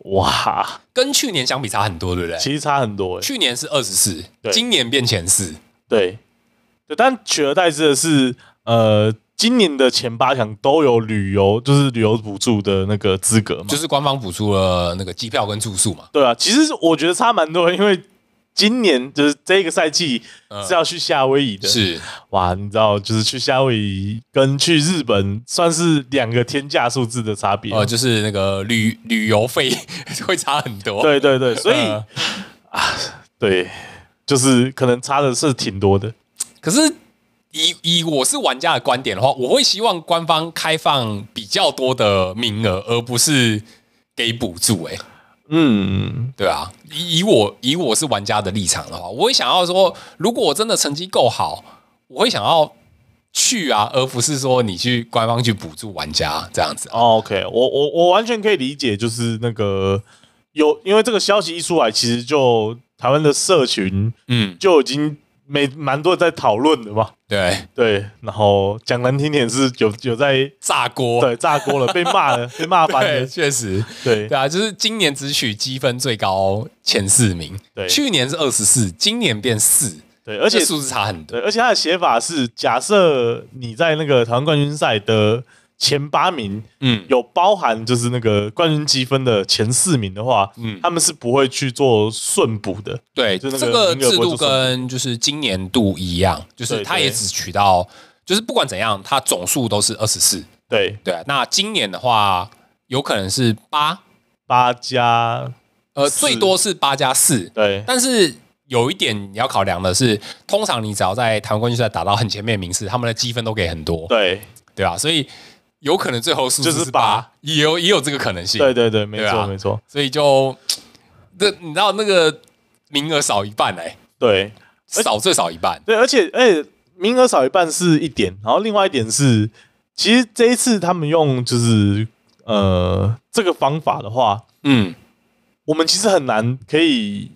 [SPEAKER 2] 哇，
[SPEAKER 1] 跟去年相比差很多，对不对？
[SPEAKER 2] 其实差很多哎。
[SPEAKER 1] 去年是二十四，
[SPEAKER 2] 对嗯
[SPEAKER 1] 今年变前四。
[SPEAKER 2] 对，对，但取而代之的是，呃，今年的前八强都有旅游，就是旅游补助的那个资格嘛。
[SPEAKER 1] 就是官方补助了那个机票跟住宿嘛，
[SPEAKER 2] 对啊，其实我觉得差蛮多的，因为今年就是这个赛季是要去夏威夷
[SPEAKER 1] 嗯
[SPEAKER 2] 的，
[SPEAKER 1] 是
[SPEAKER 2] 哇，你知道，就是去夏威夷跟去日本算是两个天价数字的差别。
[SPEAKER 1] 呃，就是那个旅旅游费 会差很多。
[SPEAKER 2] 对对对，所以、
[SPEAKER 1] 呃
[SPEAKER 2] 啊，对，就是可能差的是挺多的。
[SPEAKER 1] 可是以以我是玩家的观点的话，我会希望官方开放比较多的名额，而不是给补助、欸。
[SPEAKER 2] 嗯，
[SPEAKER 1] 对啊，以以我以我是玩家的立场的话，我会想要说，如果我真的成绩够好，我会想要去啊，而不是说你去官方去补助玩家这样子。
[SPEAKER 2] 哦 OK，我我我完全可以理解，就是那个有，因为这个消息一出来，其实就台湾的社群
[SPEAKER 1] 嗯，
[SPEAKER 2] 就已经没蛮多在讨论的嘛。
[SPEAKER 1] 对，
[SPEAKER 2] 对，然后讲难听点是有有在
[SPEAKER 1] 炸锅。
[SPEAKER 2] 对炸锅了，被骂了，被骂翻
[SPEAKER 1] 对，
[SPEAKER 2] 了。
[SPEAKER 1] 确实，
[SPEAKER 2] 对
[SPEAKER 1] 对啊，就是今年只取积分最高前四名，
[SPEAKER 2] 对
[SPEAKER 1] 去年是二十四，今年变四，
[SPEAKER 2] 对，而且
[SPEAKER 1] 这数字差很多。
[SPEAKER 2] 对，而且他的写法是：假设你在那个台湾冠军赛的前八名
[SPEAKER 1] 嗯，
[SPEAKER 2] 有包含就是那个冠军积分的前四名的话，
[SPEAKER 1] 嗯
[SPEAKER 2] 他们是不会去做顺补的。
[SPEAKER 1] 对，
[SPEAKER 2] 就那
[SPEAKER 1] 这
[SPEAKER 2] 个
[SPEAKER 1] 个
[SPEAKER 2] 名额
[SPEAKER 1] 制
[SPEAKER 2] 不会
[SPEAKER 1] 度
[SPEAKER 2] 做什么
[SPEAKER 1] 跟就是今年度一样，就是
[SPEAKER 2] 对
[SPEAKER 1] 它也
[SPEAKER 2] 对
[SPEAKER 1] 只取到，就是不管怎样，它总数都是二十四。
[SPEAKER 2] 对，
[SPEAKER 1] 对啊，那今年的话，有可能是八，
[SPEAKER 2] 八加
[SPEAKER 1] 呃，
[SPEAKER 2] 四
[SPEAKER 1] 最多是八加四。
[SPEAKER 2] 对
[SPEAKER 1] 但是有一点你要考量的是，通常你只要在台湾冠军赛打到很前面的名次，他们的积分都给很多，
[SPEAKER 2] 对
[SPEAKER 1] 对啊，所以有可能最后数字
[SPEAKER 2] 就是
[SPEAKER 1] 八
[SPEAKER 2] 八，
[SPEAKER 1] 也有也有这个可能性。
[SPEAKER 2] 对对对，没
[SPEAKER 1] 对啊
[SPEAKER 2] 错没错，
[SPEAKER 1] 所以就这你知道那个名额少一半哎、
[SPEAKER 2] 对
[SPEAKER 1] 少最少一半。
[SPEAKER 2] 对，而且而且名额少一半是一点，然后另外一点是，其实这一次他们用就是呃这个方法的话，
[SPEAKER 1] 嗯，
[SPEAKER 2] 我们其实很难可以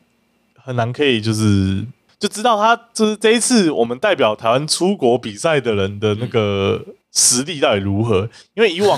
[SPEAKER 2] 很难可以就是就知道他就是这一次我们代表台湾出国比赛的人的那个实力到底如何，因为以 往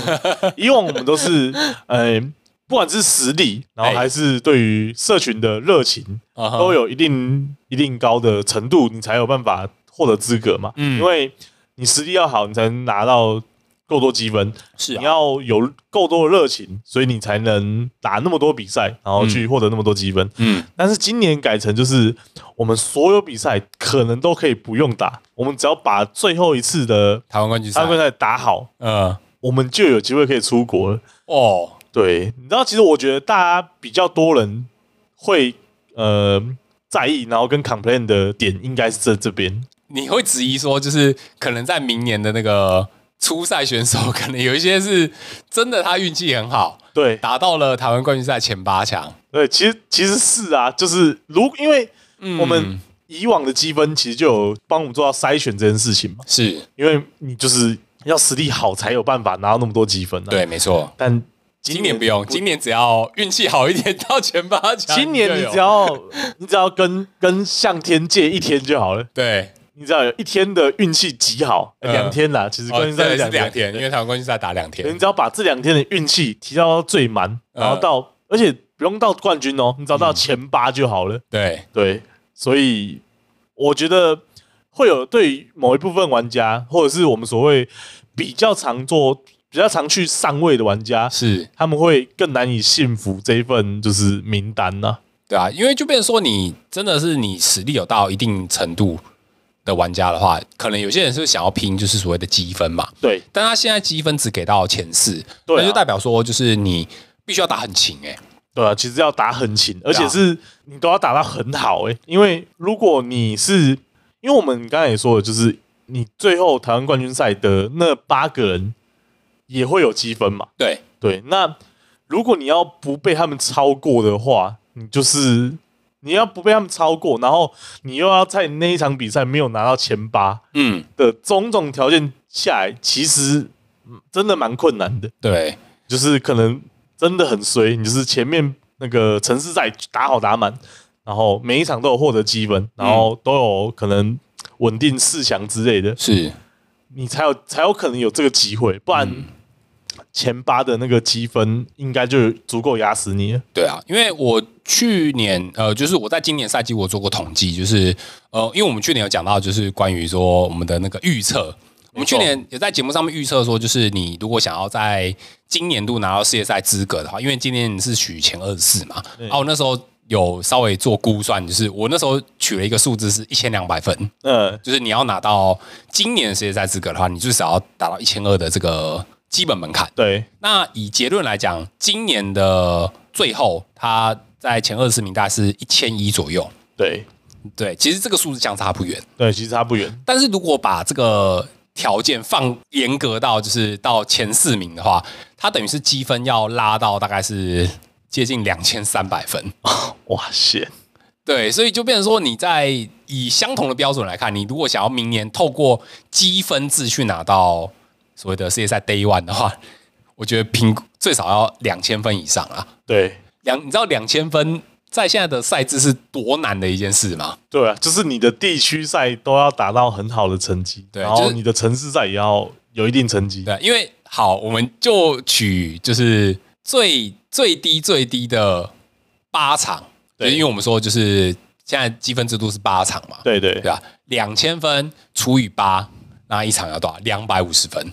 [SPEAKER 2] 以往我们都是呃。不管是实力，然后
[SPEAKER 1] 哎
[SPEAKER 2] 还是对于社群的热情，
[SPEAKER 1] 啊哈
[SPEAKER 2] 都有一定一定高的程度，你才有办法获得资格嘛。
[SPEAKER 1] 嗯
[SPEAKER 2] 因为你实力要好，你才能拿到够多积分。
[SPEAKER 1] 是
[SPEAKER 2] 你
[SPEAKER 1] 啊，
[SPEAKER 2] 要有够多的热情，所以你才能打那么多比赛，然后去获得那么多积分。
[SPEAKER 1] 嗯，
[SPEAKER 2] 但是今年改成就是我们所有比赛可能都可以不用打，我们只要把最后一次的
[SPEAKER 1] 台湾冠军赛
[SPEAKER 2] 三，冠赛打好，
[SPEAKER 1] 嗯，
[SPEAKER 2] 我们就有机会可以出国了。
[SPEAKER 1] 哦，
[SPEAKER 2] 对，你知道，其实我觉得大家比较多人会呃在意，然后跟 complain 的点应该是在这边。
[SPEAKER 1] 你会质疑说，就是可能在明年的那个初赛选手，可能有一些是真的他运气很好，
[SPEAKER 2] 对
[SPEAKER 1] 达到了台湾冠军赛前八强。
[SPEAKER 2] 对，其实其实是啊，就是如因为
[SPEAKER 1] 嗯
[SPEAKER 2] 我们以往的积分其实就有帮我们做到筛选这件事情嘛，
[SPEAKER 1] 是
[SPEAKER 2] 因为你就是要实力好才有办法拿到那么多积分、啊。，
[SPEAKER 1] 对，没错。
[SPEAKER 2] 但
[SPEAKER 1] 今年不用，今年只要运气好一点到前八强，
[SPEAKER 2] 今年
[SPEAKER 1] 就
[SPEAKER 2] 你
[SPEAKER 1] 有
[SPEAKER 2] 只要你只要跟跟向天借一天就好了，
[SPEAKER 1] 对，
[SPEAKER 2] 你只要有一天的运气极好，呃
[SPEAKER 1] 嗯
[SPEAKER 2] 两、天啦，其实关
[SPEAKER 1] 哦，
[SPEAKER 2] 键在
[SPEAKER 1] 对，是
[SPEAKER 2] 两
[SPEAKER 1] 两天，因为台湾冠军赛打两
[SPEAKER 2] 对你
[SPEAKER 1] 天，嗯
[SPEAKER 2] 只要把这两天的运气提到到最满，然后到、而且不用到冠军哦，你只要到前八就好了。
[SPEAKER 1] 对，
[SPEAKER 2] 对，所以我觉得会有对于某一部分玩家，或者是我们所谓比较常做、比较常去上位的玩家，
[SPEAKER 1] 是
[SPEAKER 2] 他们会更难以信服这一份就是名单呐、
[SPEAKER 1] 对啊，因为就变成说你真的是你实力有到一定程度，的玩家的话，可能有些人是想要拼就是所谓的积分嘛，
[SPEAKER 2] 对
[SPEAKER 1] 但他现在积分只给到前四，
[SPEAKER 2] 对啊
[SPEAKER 1] 那就代表说就是你必须要打很勤哎、
[SPEAKER 2] 对啊，其实要打很勤，而
[SPEAKER 1] 对
[SPEAKER 2] 且
[SPEAKER 1] 啊
[SPEAKER 2] 是你都要打到很好诶、因为如果你是，因为我们刚才也说了，就是你最后台湾冠军赛的那八个人也会有积分嘛，
[SPEAKER 1] 对，
[SPEAKER 2] 对，那如果你要不被他们超过的话，你就是你要不被他们超过，然后你又要在那一场比赛没有拿到前八
[SPEAKER 1] 嗯，
[SPEAKER 2] 的种种条件下来，其实嗯真的蛮困难的，
[SPEAKER 1] 对，
[SPEAKER 2] 就是可能真的很衰，你就是前面那个城市赛打好打满，然后每一场都有获得积分，然后都有可能稳定四强之类的，
[SPEAKER 1] 是，
[SPEAKER 2] 你才有才有可能有这个机会，不然
[SPEAKER 1] 嗯
[SPEAKER 2] 前八的那个积分应该就足够压死你了。
[SPEAKER 1] 对啊，因为我去年呃，就是我在今年赛季我有做过统计，就是呃，因为我们去年有讲到就是关于说我们的那个预测。我们去年也在节目上面预测说，就是你如果想要在今年度拿到世界赛资格的话，因为今年你是取前二十四嘛，啊，我那时候有稍微做估算，就是我那时候取了一个数字是一千两百分，
[SPEAKER 2] 嗯，
[SPEAKER 1] 就是你要拿到今年的世界赛资格的话，你至少要达到一千二的这个基本门槛。
[SPEAKER 2] 对，
[SPEAKER 1] 那以结论来讲，今年的最后，他在前二十名大概是一千一左右。
[SPEAKER 2] 对，
[SPEAKER 1] 对，其实这个数字相差不远。
[SPEAKER 2] 对，其实差不远。
[SPEAKER 1] 但是如果把这个条件放严格到就是到前四名的话，他等于是积分要拉到大概是接近两千三百分。
[SPEAKER 2] 哇塞，
[SPEAKER 1] 对，所以就变成说，你在以相同的标准来看，你如果想要明年透过积分制去拿到所谓的世界赛 Day One 的话，我觉得评估最少要两千分以上啊。
[SPEAKER 2] 对，
[SPEAKER 1] 两，你知道两千分在现在的赛制是多难的一件事吗？
[SPEAKER 2] 对啊，就是你的地区赛都要达到很好的成绩，
[SPEAKER 1] 对
[SPEAKER 2] 然
[SPEAKER 1] 就
[SPEAKER 2] 后
[SPEAKER 1] 是
[SPEAKER 2] 你的城市赛也要有一定成绩。
[SPEAKER 1] 对，啊因为好，我们就取就是最最低最低的八场，
[SPEAKER 2] 对
[SPEAKER 1] 就是因为我们说就是现在积分制度是八场嘛，
[SPEAKER 2] 对对
[SPEAKER 1] 对吧？两千分除以八，那一场要多少？两百五十分，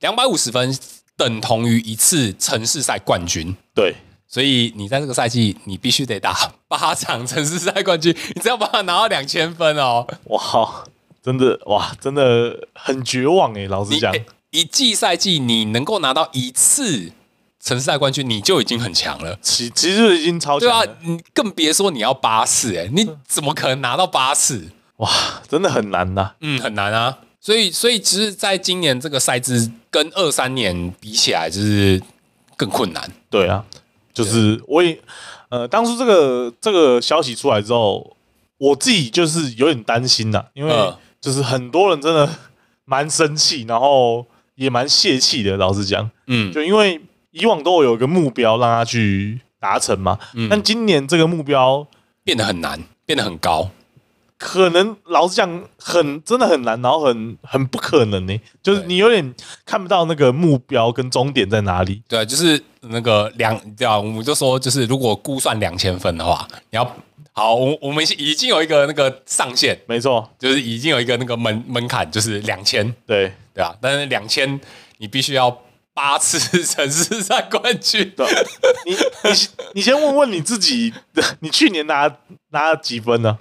[SPEAKER 1] 两百五十分等同于一次城市赛冠军。
[SPEAKER 2] 对
[SPEAKER 1] 所以你在这个赛季，你必须得打八场城市赛冠军，你只要把它拿到两千分哦。
[SPEAKER 2] 哇，真的哇，真的很绝望哎、老实
[SPEAKER 1] 你
[SPEAKER 2] 讲，
[SPEAKER 1] 欸一季赛季你能够拿到一次城市赛冠军，你就已经很强了，
[SPEAKER 2] 其其实就已经超
[SPEAKER 1] 对
[SPEAKER 2] 强
[SPEAKER 1] 啊
[SPEAKER 2] 了，，
[SPEAKER 1] 你更别说你要八次、欸，你怎么可能拿到八次？
[SPEAKER 2] 哇，真的很难呐、
[SPEAKER 1] 嗯，很难啊。所以，所以其实在今年这个赛制跟二三年比起来，就是更困难。
[SPEAKER 2] 对啊，就是我也呃，当初这个这个消息出来之后，我自己就是有点担心呐、啊因为
[SPEAKER 1] 嗯
[SPEAKER 2] 就是很多人真的蛮生气，然后也蛮泄气的。老实讲，
[SPEAKER 1] 嗯，
[SPEAKER 2] 就因为以往都有一个目标让他去达成嘛，
[SPEAKER 1] 嗯
[SPEAKER 2] 但今年这个目标
[SPEAKER 1] 变得很难，变得很高。
[SPEAKER 2] 可能老实讲很真的很难，然后很很不可能呢、就是
[SPEAKER 1] 对
[SPEAKER 2] 你有点看不到那个目标跟终点在哪里。
[SPEAKER 1] 对啊，就是那个两，对啊，我们就说，就是如果估算两千分的话，你要好，我我们已经有一个那个上限，
[SPEAKER 2] 没错，
[SPEAKER 1] 就是已经有一个那个门门槛，就是两千，
[SPEAKER 2] 对。
[SPEAKER 1] 对吧、但是两千你必须要八次 城市赛冠军，
[SPEAKER 2] 对，你你先你先问问你自己， 你去年拿拿几分呢、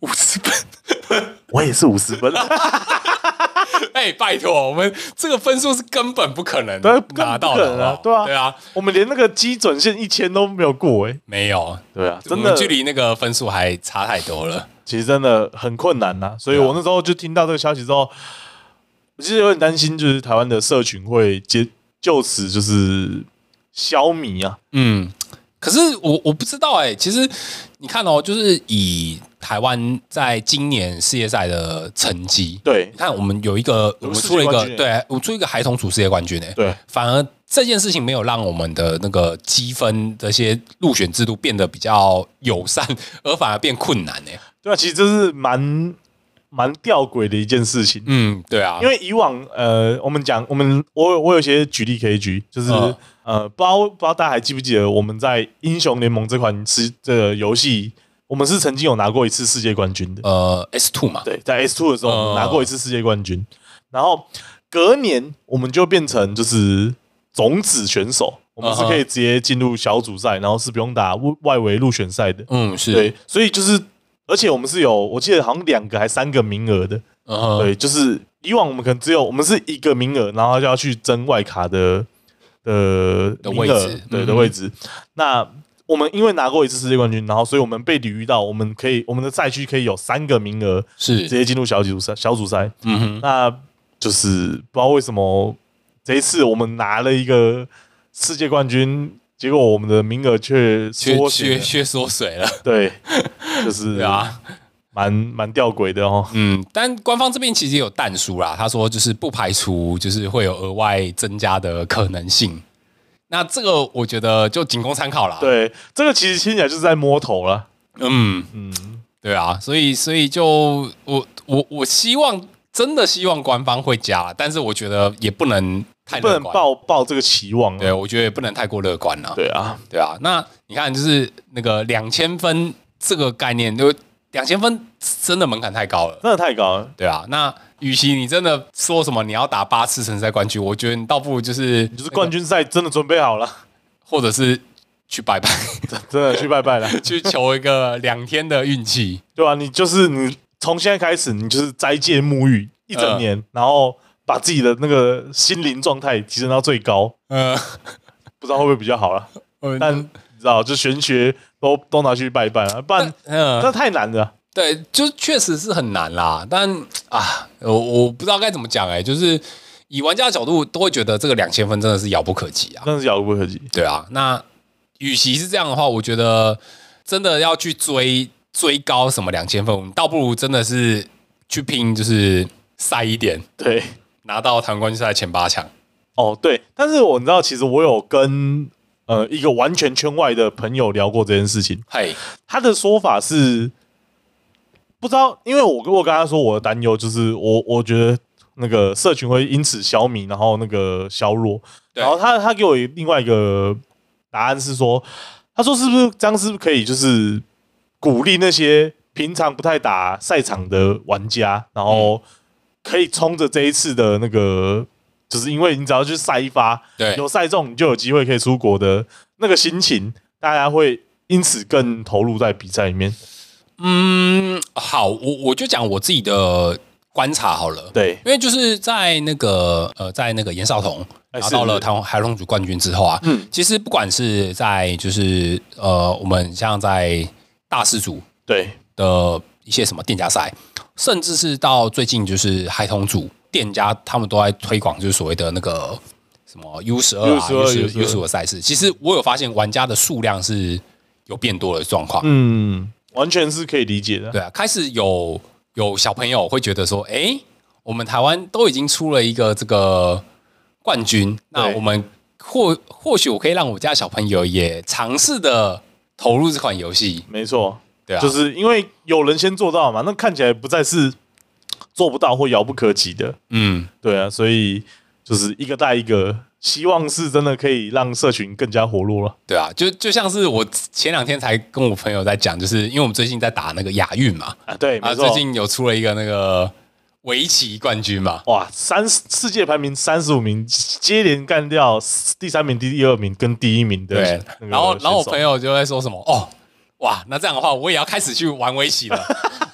[SPEAKER 1] 五十分。
[SPEAKER 2] 我也是五十 分，
[SPEAKER 1] 哎、拜托，我们这个分数是根本不可能
[SPEAKER 2] 对根本不
[SPEAKER 1] 拿到
[SPEAKER 2] 可
[SPEAKER 1] 的，
[SPEAKER 2] 能
[SPEAKER 1] 好不
[SPEAKER 2] 啊
[SPEAKER 1] 好
[SPEAKER 2] 对啊
[SPEAKER 1] 对啊，
[SPEAKER 2] 我们连那个基准线一千都没有过哎、
[SPEAKER 1] 没有，
[SPEAKER 2] 对啊，真
[SPEAKER 1] 我
[SPEAKER 2] 的
[SPEAKER 1] 们距离那个分数还差太多了。
[SPEAKER 2] 其实真的很困难呐、所以
[SPEAKER 1] 对啊
[SPEAKER 2] 我那时候就听到这个消息之后，我其实有点担心，就是台湾的社群会接就此就是消弭啊，
[SPEAKER 1] 嗯，可是我我不知道哎、其实你看哦，就是以台湾在今年世界赛的成绩，
[SPEAKER 2] 对
[SPEAKER 1] 你看我们有一个，我
[SPEAKER 2] 有
[SPEAKER 1] 们
[SPEAKER 2] 世界
[SPEAKER 1] 出了一个
[SPEAKER 2] 冠，军
[SPEAKER 1] 对，我出一个孩童组世界冠军哎、
[SPEAKER 2] 对
[SPEAKER 1] 反而这件事情没有让我们的那个积分这些入选制度变得比较友善，而反而变困难呢、哎
[SPEAKER 2] 对啊，其实这是蛮蛮吊诡的一件事情，
[SPEAKER 1] 嗯，对啊，
[SPEAKER 2] 因为以往呃，我们讲我们我有我有些举例可以举，就是、
[SPEAKER 1] 嗯
[SPEAKER 2] 呃，不知道不知道大家还记不记得我们在英雄联盟这款是这个游戏，我们是曾经有拿过一次世界冠军的。
[SPEAKER 1] 呃，S two 嘛，
[SPEAKER 2] 对，在 S two 的时候
[SPEAKER 1] 嗯
[SPEAKER 2] 我们拿过一次世界冠军，然后隔年我们就变成就是种子选手，我们
[SPEAKER 1] 嗯
[SPEAKER 2] 是
[SPEAKER 1] 哼
[SPEAKER 2] 可以直接进入小组赛，然后是不用打外外围入选赛的。
[SPEAKER 1] 嗯，是，
[SPEAKER 2] 对，所以就是而且我们是有，我记得好像两个还三个名额的，
[SPEAKER 1] 嗯，
[SPEAKER 2] 对，就是以往我们可能只有我们是一个名额，然后就要去争外卡的的
[SPEAKER 1] 的
[SPEAKER 2] 名
[SPEAKER 1] 位
[SPEAKER 2] 额
[SPEAKER 1] 置
[SPEAKER 2] 对
[SPEAKER 1] 嗯
[SPEAKER 2] 的位置。那我们因为拿过一次世界冠军，然后所以我们被鲤鱼到，我们可以我们的赛区可以有三个名额直
[SPEAKER 1] 是，
[SPEAKER 2] 接进入小组赛小组赛。
[SPEAKER 1] 嗯哼，
[SPEAKER 2] 那就是不知道为什么这一次我们拿了一个世界冠军，结果我们的名额却
[SPEAKER 1] 缺
[SPEAKER 2] 缩
[SPEAKER 1] 缺
[SPEAKER 2] 水了，
[SPEAKER 1] 缺缩水了，
[SPEAKER 2] 对，就是
[SPEAKER 1] 对啊，
[SPEAKER 2] 蛮蛮吊诡的哦。
[SPEAKER 1] 嗯，但官方这边其实也有淡书啦，他说就是不排除就是会有额外增加的可能性。那这个我觉得就仅供参考啦。，
[SPEAKER 2] 对，这个其实听起来就是在摸头了。
[SPEAKER 1] 嗯，
[SPEAKER 2] 嗯，
[SPEAKER 1] 对啊，所以所以就我我我希望真的希望官方会加啦，但是我觉得也不能太
[SPEAKER 2] 不
[SPEAKER 1] 乐
[SPEAKER 2] 能
[SPEAKER 1] 观。
[SPEAKER 2] 抱抱这个期望
[SPEAKER 1] 对，
[SPEAKER 2] 啊。
[SPEAKER 1] 我觉得也不能太过乐观了。
[SPEAKER 2] 对啊，
[SPEAKER 1] 对啊，那你看，就是那个两千分这个概念，就两千分真的门槛太高了。
[SPEAKER 2] 真的太高了，
[SPEAKER 1] 对啊，那与其你真的说什么你要打八次城市赛冠军，我觉得你倒不如就是
[SPEAKER 2] 就是冠军赛真的准备好了，
[SPEAKER 1] 或者是去拜 拜，
[SPEAKER 2] 真的去拜 拜了，
[SPEAKER 1] 去求一个两天的运气。
[SPEAKER 2] 对啊，你就是你从现在开始，你就是斋戒沐浴一整年，
[SPEAKER 1] 嗯
[SPEAKER 2] 然后把自己的那个心灵状态提升到最高，
[SPEAKER 1] 呃，
[SPEAKER 2] 不知道会不会比较好了。
[SPEAKER 1] 我
[SPEAKER 2] 但你知道，就玄学都都拿去拜拜了，不然
[SPEAKER 1] 嗯、
[SPEAKER 2] 那太难了。
[SPEAKER 1] 对，就确实是很难啦。但啊，我我不知道该怎么讲哎、就是以玩家的角度，都会觉得这个两千分真的是遥不可及啊。
[SPEAKER 2] 真的是遥不可及。
[SPEAKER 1] 对啊，那与其是这样的话，我觉得真的要去追追高什么两千分，我们倒不如真的是去拼，就是赛一点，
[SPEAKER 2] 对，
[SPEAKER 1] 拿到台湾冠军赛前八强。
[SPEAKER 2] 哦对，但是我你知道，其实我有跟呃一个完全圈外的朋友聊过这件事情，
[SPEAKER 1] 嘿，
[SPEAKER 2] 他的说法是不知道，因为我我跟他说我的担忧就是我我觉得那个社群会因此消弭，然后那个削弱。
[SPEAKER 1] 对
[SPEAKER 2] 然后他他给我另外一个答案是说，他说是不是这样是不是可以就是鼓励那些平常不太打赛场的玩家，然后可以冲着这一次的那个。就是因为你只要去赛一发，
[SPEAKER 1] 对
[SPEAKER 2] 有赛中你就有机会可以出国的那个心情，大家会因此更投入在比赛里面。
[SPEAKER 1] 嗯，好，我我就讲我自己的观察好了。
[SPEAKER 2] 对，
[SPEAKER 1] 因为就是在那个呃，在那个严少彤
[SPEAKER 2] 哎
[SPEAKER 1] 拿
[SPEAKER 2] 是
[SPEAKER 1] 到了
[SPEAKER 2] 是
[SPEAKER 1] 台湾海龙组冠军之后啊，
[SPEAKER 2] 嗯，
[SPEAKER 1] 其实不管是在就是呃，我们像在大师组
[SPEAKER 2] 对，
[SPEAKER 1] 的一些什么店家赛，甚至是到最近就是海童组店家，他们都在推广就是所谓的那个什么 U 十二啊、
[SPEAKER 2] U12
[SPEAKER 1] U 十五赛事。其实我有发现玩家的数量是有变多的状况，
[SPEAKER 2] 嗯，完全是可以理解的。
[SPEAKER 1] 对啊，开始有有小朋友会觉得说，诶，我们台湾都已经出了一个这个冠军，那
[SPEAKER 2] 对
[SPEAKER 1] 我们或或许我可以让我家小朋友也尝试的投入这款游戏，
[SPEAKER 2] 没错，
[SPEAKER 1] 对啊，
[SPEAKER 2] 就是因为有人先做到嘛，那看起来不再是做不到或遥不可及的。
[SPEAKER 1] 嗯。
[SPEAKER 2] 对啊，所以就是一个带一个，希望是真的可以让社群更加活络了。
[SPEAKER 1] 对啊，就就像是我前两天才跟我朋友在讲，就是因为我们最近在打那个亚运嘛，
[SPEAKER 2] 啊，对，
[SPEAKER 1] 啊，
[SPEAKER 2] 没
[SPEAKER 1] 最
[SPEAKER 2] 错。
[SPEAKER 1] 近有出了一个那个围棋冠军嘛，
[SPEAKER 2] 哇，三世界排名三十五名，接连干掉第三名、第二名跟第一名的
[SPEAKER 1] 对，
[SPEAKER 2] 那个选手。
[SPEAKER 1] 然后然后我朋友就会说什么哦，哇，那这样的话我也要开始去玩围棋了，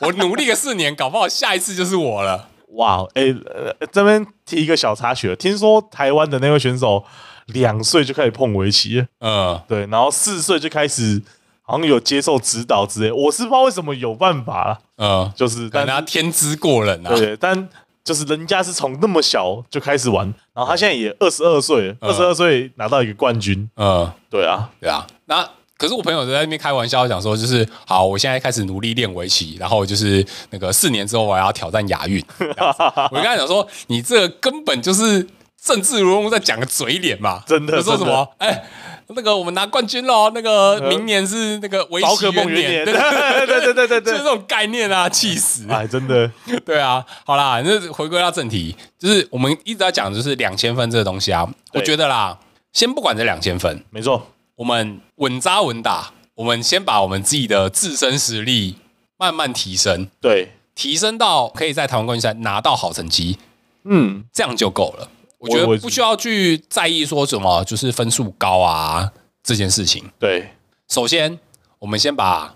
[SPEAKER 1] 我努力个四年，搞不好下一次就是我了。
[SPEAKER 2] 哇，哎、呃，这边提一个小插曲，听说台湾的那位选手两岁就开始碰围棋了，
[SPEAKER 1] 嗯，
[SPEAKER 2] 对，然后四岁就开始好像有接受指导之类，我是不知道为什么有办法啦，
[SPEAKER 1] 嗯，
[SPEAKER 2] 就是
[SPEAKER 1] 可
[SPEAKER 2] 但
[SPEAKER 1] 能他天资过人啊，
[SPEAKER 2] 对，但就是人家是从那么小就开始玩，然后他现在也二十二岁，
[SPEAKER 1] 嗯
[SPEAKER 2] 二十二岁拿到一个冠军，
[SPEAKER 1] 嗯，
[SPEAKER 2] 对啊，
[SPEAKER 1] 对啊，那。可是我朋友在那边开玩笑讲说，就是好，我现在开始努力练围棋，然后就是那个四年之后我要挑战亚运。这样子我跟他讲说，你这个根本就是政治人物在讲个嘴脸嘛，
[SPEAKER 2] 真的
[SPEAKER 1] 就说什么哎、那个我们拿冠军喽，那个明年是那个围
[SPEAKER 2] 宝
[SPEAKER 1] 棋
[SPEAKER 2] 可梦元
[SPEAKER 1] 年，
[SPEAKER 2] 年，
[SPEAKER 1] 对
[SPEAKER 2] 呃对
[SPEAKER 1] 对
[SPEAKER 2] 对对对 对
[SPEAKER 1] 就是
[SPEAKER 2] 对
[SPEAKER 1] 这，种概念啊，气死！
[SPEAKER 2] 哎，真的，
[SPEAKER 1] 对啊，好啦，那回归到正题，就是我们一直在讲就是两千分这个东西啊，我
[SPEAKER 2] 对
[SPEAKER 1] 觉得啦，先不管这两千分，
[SPEAKER 2] 没错，
[SPEAKER 1] 我们稳扎稳打，我们先把我们自己的自身实力慢慢提升，
[SPEAKER 2] 对，
[SPEAKER 1] 提升到可以在台湾冠军赛拿到好成绩，
[SPEAKER 2] 嗯，
[SPEAKER 1] 这样就够了。我
[SPEAKER 2] 我
[SPEAKER 1] 觉得
[SPEAKER 2] 我
[SPEAKER 1] 不需要去在意说什么就是分数高啊这件事情。
[SPEAKER 2] 对，
[SPEAKER 1] 首先，我们先把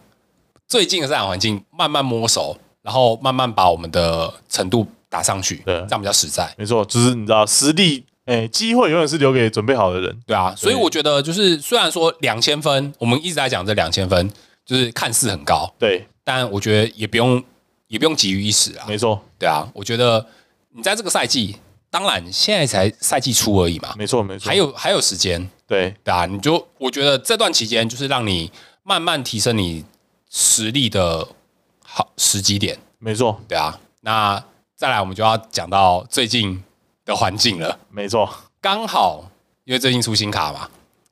[SPEAKER 1] 最近的赛场环境慢慢摸熟，然后慢慢把我们的程度打上去，
[SPEAKER 2] 对
[SPEAKER 1] 这样比较实在。
[SPEAKER 2] 没错，就是你知道实力，哎、机会永远是留给准备好的人。
[SPEAKER 1] 对啊，所以我觉得就是虽然说两千分，我们一直在讲这两千分，就是看似很高，
[SPEAKER 2] 对，
[SPEAKER 1] 但我觉得也不用也不用急于一时啊。
[SPEAKER 2] 没错，
[SPEAKER 1] 对啊，我觉得你在这个赛季，当然现在才赛季初而已嘛，
[SPEAKER 2] 没错，没错。
[SPEAKER 1] 还有还有时间，
[SPEAKER 2] 对，
[SPEAKER 1] 对啊，你就我觉得这段期间就是让你慢慢提升你实力的好时机点，
[SPEAKER 2] 没错，
[SPEAKER 1] 对啊。那再来我们就要讲到最近的环境了，
[SPEAKER 2] 没错，
[SPEAKER 1] 刚好因为最近出新卡嘛，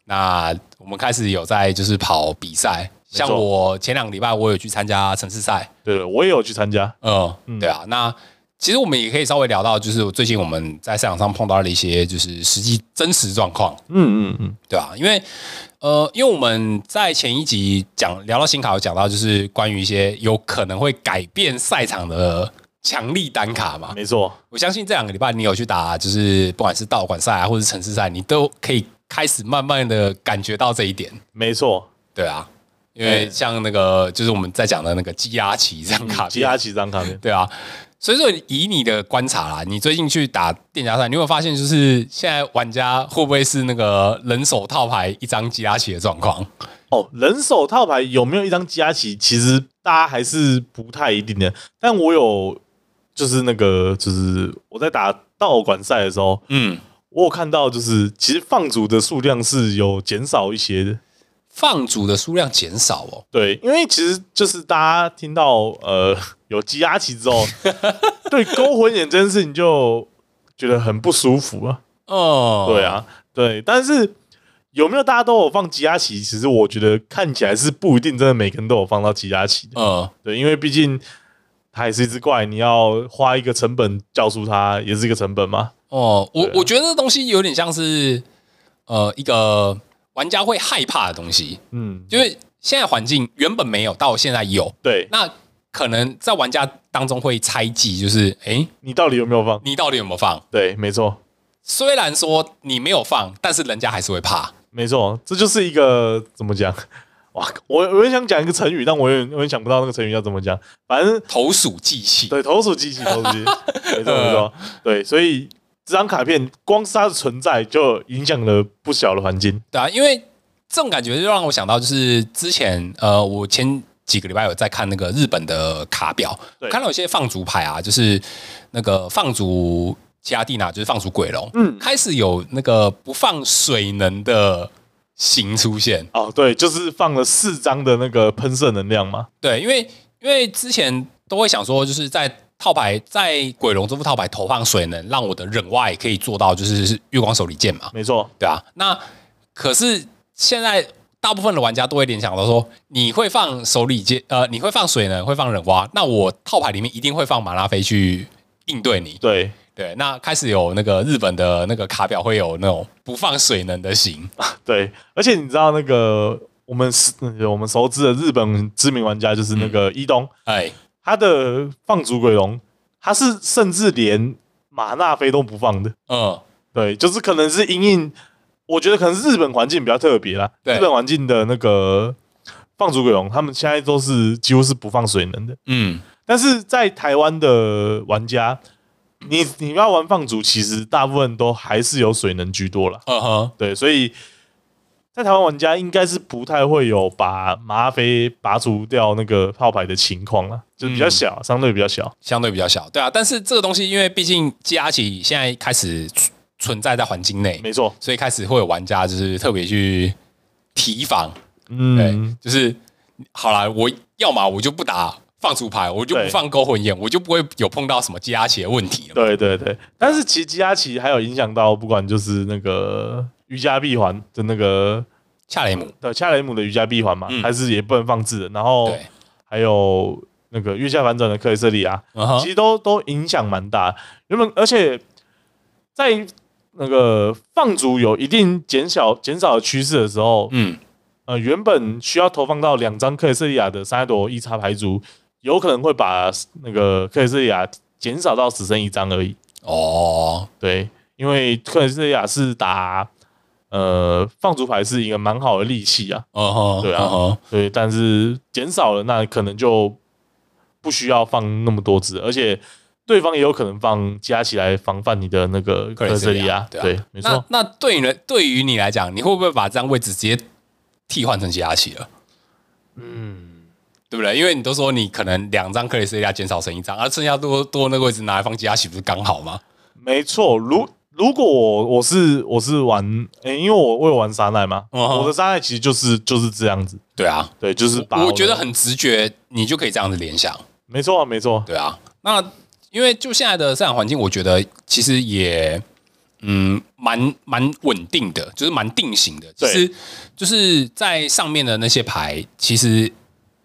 [SPEAKER 1] 那我们开始有在就是跑比赛，
[SPEAKER 2] 没错
[SPEAKER 1] 像我前两个礼拜我有去参加城市赛，
[SPEAKER 2] 对了，我也有去参加。
[SPEAKER 1] 嗯，对啊，那其实我们也可以稍微聊到，就是最近我们在赛场上碰到的一些就是实际真实状况，
[SPEAKER 2] 嗯嗯嗯，
[SPEAKER 1] 对啊，因为呃，因为我们在前一集讲聊到新卡，有讲到就是关于一些有可能会改变赛场的强力单卡嘛，
[SPEAKER 2] 没错，
[SPEAKER 1] 我相信这两个礼拜你有去打，就是不管是道馆赛啊，或者是城市赛，你都可以开始慢慢的感觉到这一点，
[SPEAKER 2] 没错。
[SPEAKER 1] 对啊，因为
[SPEAKER 2] 嗯
[SPEAKER 1] 像那个就是我们在讲的那个基拉奇这样卡
[SPEAKER 2] 其
[SPEAKER 1] 片，
[SPEAKER 2] 他几张卡片，
[SPEAKER 1] 对啊，所以说以你的观察啦，你最近去打店家赛，你有没有发现就是现在玩家会不会是那个人手套牌一张基拉奇的状况？
[SPEAKER 2] 哦，人手套牌有没有一张加起？其实大家还是不太一定的。但我有，就是那个，就是我在打道馆赛的时候，
[SPEAKER 1] 嗯，
[SPEAKER 2] 我有看到，就是其实放逐的数量是有减少一些的。
[SPEAKER 1] 放逐的数量减少哦，
[SPEAKER 2] 对，因为其实就是大家听到呃 有积压期 之后，对勾魂眼这件事情就觉得很不舒服啊。
[SPEAKER 1] 哦，
[SPEAKER 2] 对，啊，对，但是有没有大家都有放积压期？其实我觉得看起来是不一定，真的每个人都有放到积压期的。
[SPEAKER 1] 嗯，
[SPEAKER 2] 对，因为毕竟它也是一只怪，你要花一个成本教出它，也是一个成本嘛。
[SPEAKER 1] 哦，我、
[SPEAKER 2] 对啊
[SPEAKER 1] 我觉得这东西有点像是呃一个玩家会害怕的东西，
[SPEAKER 2] 嗯，
[SPEAKER 1] 因为现在环境原本没有，到现在有，
[SPEAKER 2] 对，
[SPEAKER 1] 那可能在玩家当中会猜忌，就是诶，
[SPEAKER 2] 你到底有没有放？
[SPEAKER 1] 你到底有没有放？
[SPEAKER 2] 对，没错，
[SPEAKER 1] 虽然说你没有放，但是人家还是会怕。
[SPEAKER 2] 没错，这就是一个怎么讲？ 哇，我我也想讲一个成语，但我有点我也想不到那个成语要怎么讲。反正
[SPEAKER 1] 投鼠忌器。
[SPEAKER 2] 对，投鼠忌器，投鼠忌器，没错没错，对，所以这张卡片光是它的存在就影响了不小的环境。
[SPEAKER 1] 对啊，因为这种感觉就让我想到，就是之前呃，我前几个礼拜有在看那个日本的卡表，
[SPEAKER 2] 对
[SPEAKER 1] 看到有些放逐牌啊，就是那个放逐其他地拿，就是放逐鬼龙，
[SPEAKER 2] 嗯
[SPEAKER 1] 开始有那个不放水能的形出现。
[SPEAKER 2] 哦，对，就是放了四张的那个喷射能量嘛。
[SPEAKER 1] 对，因为因为之前都会想说，就是在套牌在鬼龙这副套牌投放水能，让我的忍外可以做到就是月光手里剑嘛。
[SPEAKER 2] 没错，
[SPEAKER 1] 对啊，那可是现在大部分的玩家都会联想到说，你会放手里接呃，你会放水呢，会放忍蛙，那我套牌里面一定会放马拉菲去应对你。
[SPEAKER 2] 对，
[SPEAKER 1] 对，那开始有那个日本的那个卡表会有那种不放水能的型，
[SPEAKER 2] 对，而且你知道那个我们是我们熟知的日本知名玩家就是那个伊东，
[SPEAKER 1] 哎，
[SPEAKER 2] 他的放逐鬼龙，他是甚至连马纳菲都不放的。
[SPEAKER 1] 嗯，
[SPEAKER 2] 对，就是可能是因应，我觉得可能是日本环境比较特别啦。
[SPEAKER 1] 对
[SPEAKER 2] 日本环境的那个放逐鬼龙，他们现在都是几乎是不放水能的。
[SPEAKER 1] 嗯，
[SPEAKER 2] 但是在台湾的玩家，你你要玩放逐，其实大部分都还是有水能居多啦。
[SPEAKER 1] 嗯哼，
[SPEAKER 2] 对，所以在台湾玩家应该是不太会有把麻飞拔除掉那个炮牌的情况啦，就是比较小，相对比较小。
[SPEAKER 1] 相对比较小，对啊，但是这个东西因为毕竟加起现在开始存存在在环境内，
[SPEAKER 2] 没错，
[SPEAKER 1] 所以开始会有玩家就是特别去提防，对，
[SPEAKER 2] 嗯，
[SPEAKER 1] 哎就是好啦，我要么我就不打放逐牌，我就不
[SPEAKER 2] 对
[SPEAKER 1] 放勾魂眼，我就不会有碰到什么积压期的问题了嘛。
[SPEAKER 2] 对对对，但是其实基亚奇还有影响到，不管就是那个瑜伽闭环的那个
[SPEAKER 1] 恰雷姆，
[SPEAKER 2] 的恰雷姆的瑜伽闭环嘛，
[SPEAKER 1] 嗯
[SPEAKER 2] 还是也不能放置的。然后
[SPEAKER 1] 对，
[SPEAKER 2] 还有那个月下反转的克里斯利亚，
[SPEAKER 1] 嗯
[SPEAKER 2] 其
[SPEAKER 1] 哼，
[SPEAKER 2] 实都都影响蛮大。原本而且在那个放逐有一定减小减少的趋势的时候，
[SPEAKER 1] 嗯，
[SPEAKER 2] 呃，原本需要投放到两张克里斯利亚的三朵一叉牌组，有可能会把那个克里斯利亚减少到只剩一张而已。
[SPEAKER 1] 哦，
[SPEAKER 2] 对，因为克里斯利亚是打呃，放逐牌是一个蛮好的利器啊，
[SPEAKER 1] 哦吼，
[SPEAKER 2] 对啊
[SPEAKER 1] 哦吼，
[SPEAKER 2] 对，但是减少了，那可能就不需要放那么多只，而且对方也有可能放加起来防范你的那个
[SPEAKER 1] 克
[SPEAKER 2] 克
[SPEAKER 1] 雷
[SPEAKER 2] 斯
[SPEAKER 1] 斯
[SPEAKER 2] 利
[SPEAKER 1] 利
[SPEAKER 2] 亚
[SPEAKER 1] 亚，
[SPEAKER 2] 对，啊没错
[SPEAKER 1] 那。那对你来对于你来讲，你会不会把这张位置直接替换成其他棋了？
[SPEAKER 2] 嗯，
[SPEAKER 1] 对不对？因为你都说你可能两张克里斯利亚减少成一张，而、剩下多多那个位置拿来放其他棋，不是刚好吗？
[SPEAKER 2] 没错。如如果我我是我是玩，诶、因为我我有玩沙奈嘛，
[SPEAKER 1] 嗯哼
[SPEAKER 2] 我的沙奈其实就是就是这样子，
[SPEAKER 1] 对啊，
[SPEAKER 2] 对，就是把
[SPEAKER 1] 我
[SPEAKER 2] 的
[SPEAKER 1] 觉得很直觉，你就可以这样子联想。
[SPEAKER 2] 没错啊，没错，
[SPEAKER 1] 对啊，那因为就现在的市场环境，我觉得其实也嗯蛮蛮稳定的，就是蛮定型的。其
[SPEAKER 2] 对
[SPEAKER 1] 实就是在上面的那些牌，其实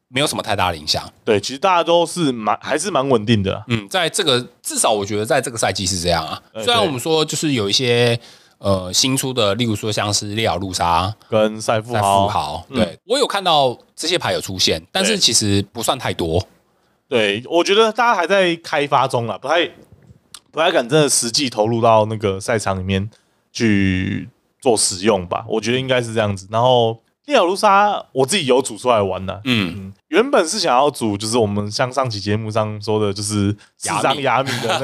[SPEAKER 1] 没有什么太大的影响。
[SPEAKER 2] 对，其实大家都是蛮还是蛮稳定的啊，
[SPEAKER 1] 嗯，在这个至少我觉得在这个赛季是这样啊。
[SPEAKER 2] 呃
[SPEAKER 1] 虽然
[SPEAKER 2] 对
[SPEAKER 1] 我们说就是有一些呃新出的，例如说像是列尔路莎、
[SPEAKER 2] 跟赛富
[SPEAKER 1] 在
[SPEAKER 2] 豪，
[SPEAKER 1] 富豪，
[SPEAKER 2] 嗯
[SPEAKER 1] 对、我有看到这些牌有出现，但是
[SPEAKER 2] 对
[SPEAKER 1] 其实不算太多。
[SPEAKER 2] 对，我觉得大家还在开发中啊啦，不太不太敢真的实际投入到那个赛场里面去做使用吧。我觉得应该是这样子。然后列尔卢莎，我自己有组出来玩的。
[SPEAKER 1] 嗯，
[SPEAKER 2] 嗯，原本是想要组，就是我们像上期节目上说的，就是四
[SPEAKER 1] 雅
[SPEAKER 2] 张
[SPEAKER 1] 米
[SPEAKER 2] 雅米的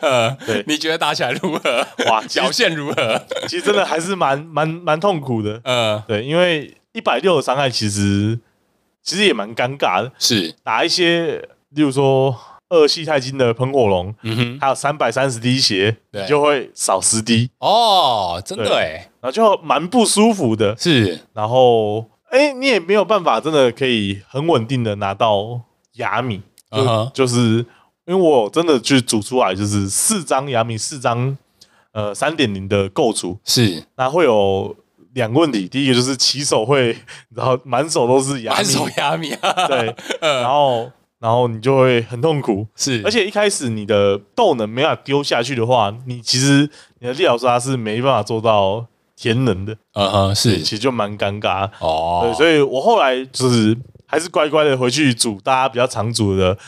[SPEAKER 2] 那个，对
[SPEAKER 1] 你觉得打起来如何？
[SPEAKER 2] 哇，其
[SPEAKER 1] 表
[SPEAKER 2] 实
[SPEAKER 1] 现如何？
[SPEAKER 2] 其实真的还是蛮蛮蛮痛苦的。
[SPEAKER 1] 呃，
[SPEAKER 2] 对，因为一百六的伤害其实其实也蛮尴尬的，
[SPEAKER 1] 是，
[SPEAKER 2] 打一些例如说二系钛金的喷火龙，
[SPEAKER 1] 嗯哼，
[SPEAKER 2] 还有三百三十滴血，
[SPEAKER 1] 对
[SPEAKER 2] 你就会少十滴，
[SPEAKER 1] 哦，真的
[SPEAKER 2] 对
[SPEAKER 1] 哎，
[SPEAKER 2] 然后就蛮不舒服的。
[SPEAKER 1] 是，
[SPEAKER 2] 然后，哎、你也没有办法真的可以很稳定的拿到雅米，就
[SPEAKER 1] 嗯哼
[SPEAKER 2] 就是因为我真的去组出来，就是四张雅米，四张呃三点零的构筑，
[SPEAKER 1] 是，
[SPEAKER 2] 那会有两个问题，第一个就是起手会，然后满手都是雅
[SPEAKER 1] 满
[SPEAKER 2] 米，
[SPEAKER 1] 手亚米啊，
[SPEAKER 2] 对，然后然后你就会很痛苦，
[SPEAKER 1] 是，
[SPEAKER 2] 而且一开始你的豆能没办法丢下去的话，你其实你的利奥莎是没办法做到填能的，
[SPEAKER 1] 嗯哼，
[SPEAKER 2] 对，
[SPEAKER 1] 是
[SPEAKER 2] 其，实就蛮尴尬。对，
[SPEAKER 1] 哦，
[SPEAKER 2] 所以我后来就是还是乖乖的回去组大家比较常组的，